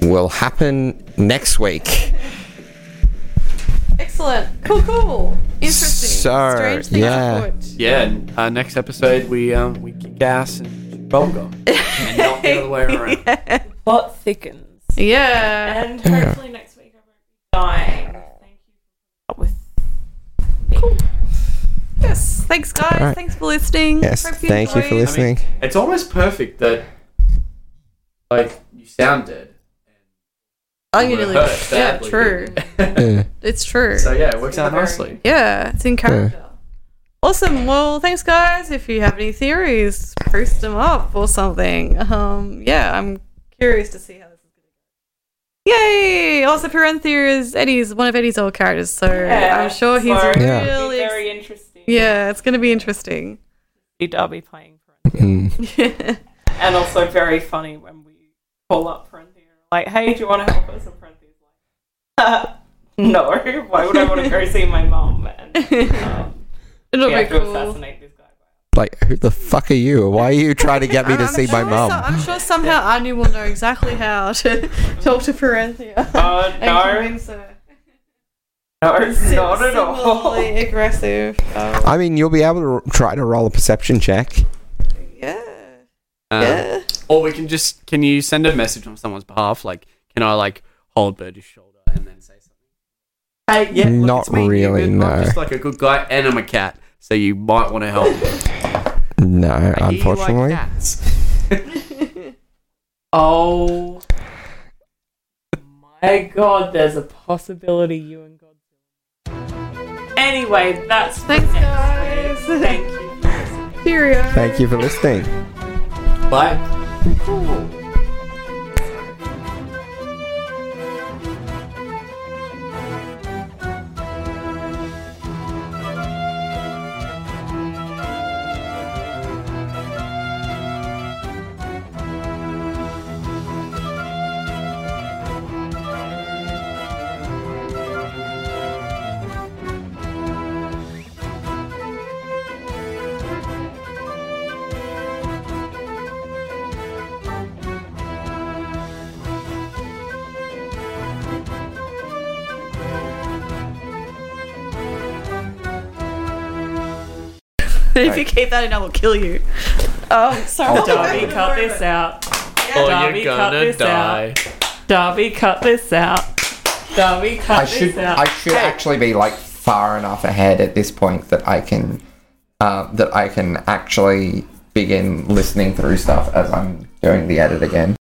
S1: will happen next week.
S9: Excellent. Cool, cool. Interesting.
S1: So,
S9: Strange things
S1: yeah.
S9: afoot.
S6: Yeah, and uh, next episode we um, we kick ass and bubblegum. and not the other way around.
S10: Plot thickens.
S9: Yeah.
S4: And hopefully next week I won't be dying. Thank you for up with
S9: Yes. Thanks, guys.
S1: Alright.
S9: Thanks for listening.
S1: Yes,
S9: Hope
S1: thank you for
S6: I
S9: enjoyed.
S6: mean,
S1: listening.
S6: it's almost perfect that, like, you sound dead.
S9: I'm
S6: You
S9: gonna
S6: were
S9: leave.
S6: hurt
S9: Yeah,
S6: badly.
S9: true.
S1: Uh,
S9: It's true.
S6: So yeah, it works out nicely.
S9: Yeah, it's encouraging. Awesome. Well, thanks, guys. If you have any theories, post them up or something. Um, yeah, I'm curious to see how this is going to Yay! Also, Perenthia is Eddie's one of Eddie's old characters, so
S4: Yeah,
S9: I'm sure he's
S4: so-
S1: Yeah.
S9: really. ex-
S4: Very interesting.
S9: yeah, it's going to be interesting.
S4: I'll be playing for
S1: Mm.
S4: and also very funny when we call up Parenthea like, "Hey, do you want to help us?" And Parenthea's like, uh, "No, why would I want to go see my mom?" And um,
S9: It'll
S4: we have
S9: be
S4: to
S9: cool.
S4: assassinate this guy.
S1: Like, who the fuck are you? Why are you trying to get me to
S9: I'm
S1: see my
S9: sure so-
S1: mum?
S9: I'm sure somehow Anu will know exactly how to talk to Perenthia.
S4: Uh, no,
S9: and convince her.
S4: no, not at all.
S9: Similarly aggressive.
S1: Uh, I mean, you'll be able to r- try to roll a perception check.
S9: Yeah.
S6: Um,
S9: Yeah.
S6: Or we can just can you send a message on someone's behalf? Like, can I like hold Birdie's shoulder and then say something? Hey, yeah, look,
S1: Not
S6: it's me,
S1: really,
S6: Human.
S1: no.
S6: I'm just like a good guy, and I'm a cat, so you might want to help.
S1: No,
S6: I hear you like
S1: unfortunately.
S6: cats.
S4: Oh my god, there's a possibility you and God. Anyway, that's
S9: Thanks, guys.
S4: thank you.
S9: Cheerio.
S1: Thank you for listening.
S6: Bye.
S3: if you keep that in, I will kill you.
S9: Um,
S4: Oh, sorry, Darby, cut this out.
S6: Oh,
S4: Darby, cut this Darby, cut this out. Darby, cut
S1: I should
S4: this out.
S1: I should actually be like far enough ahead at this point that I can uh, that I can actually begin listening through stuff as I'm doing the edit again.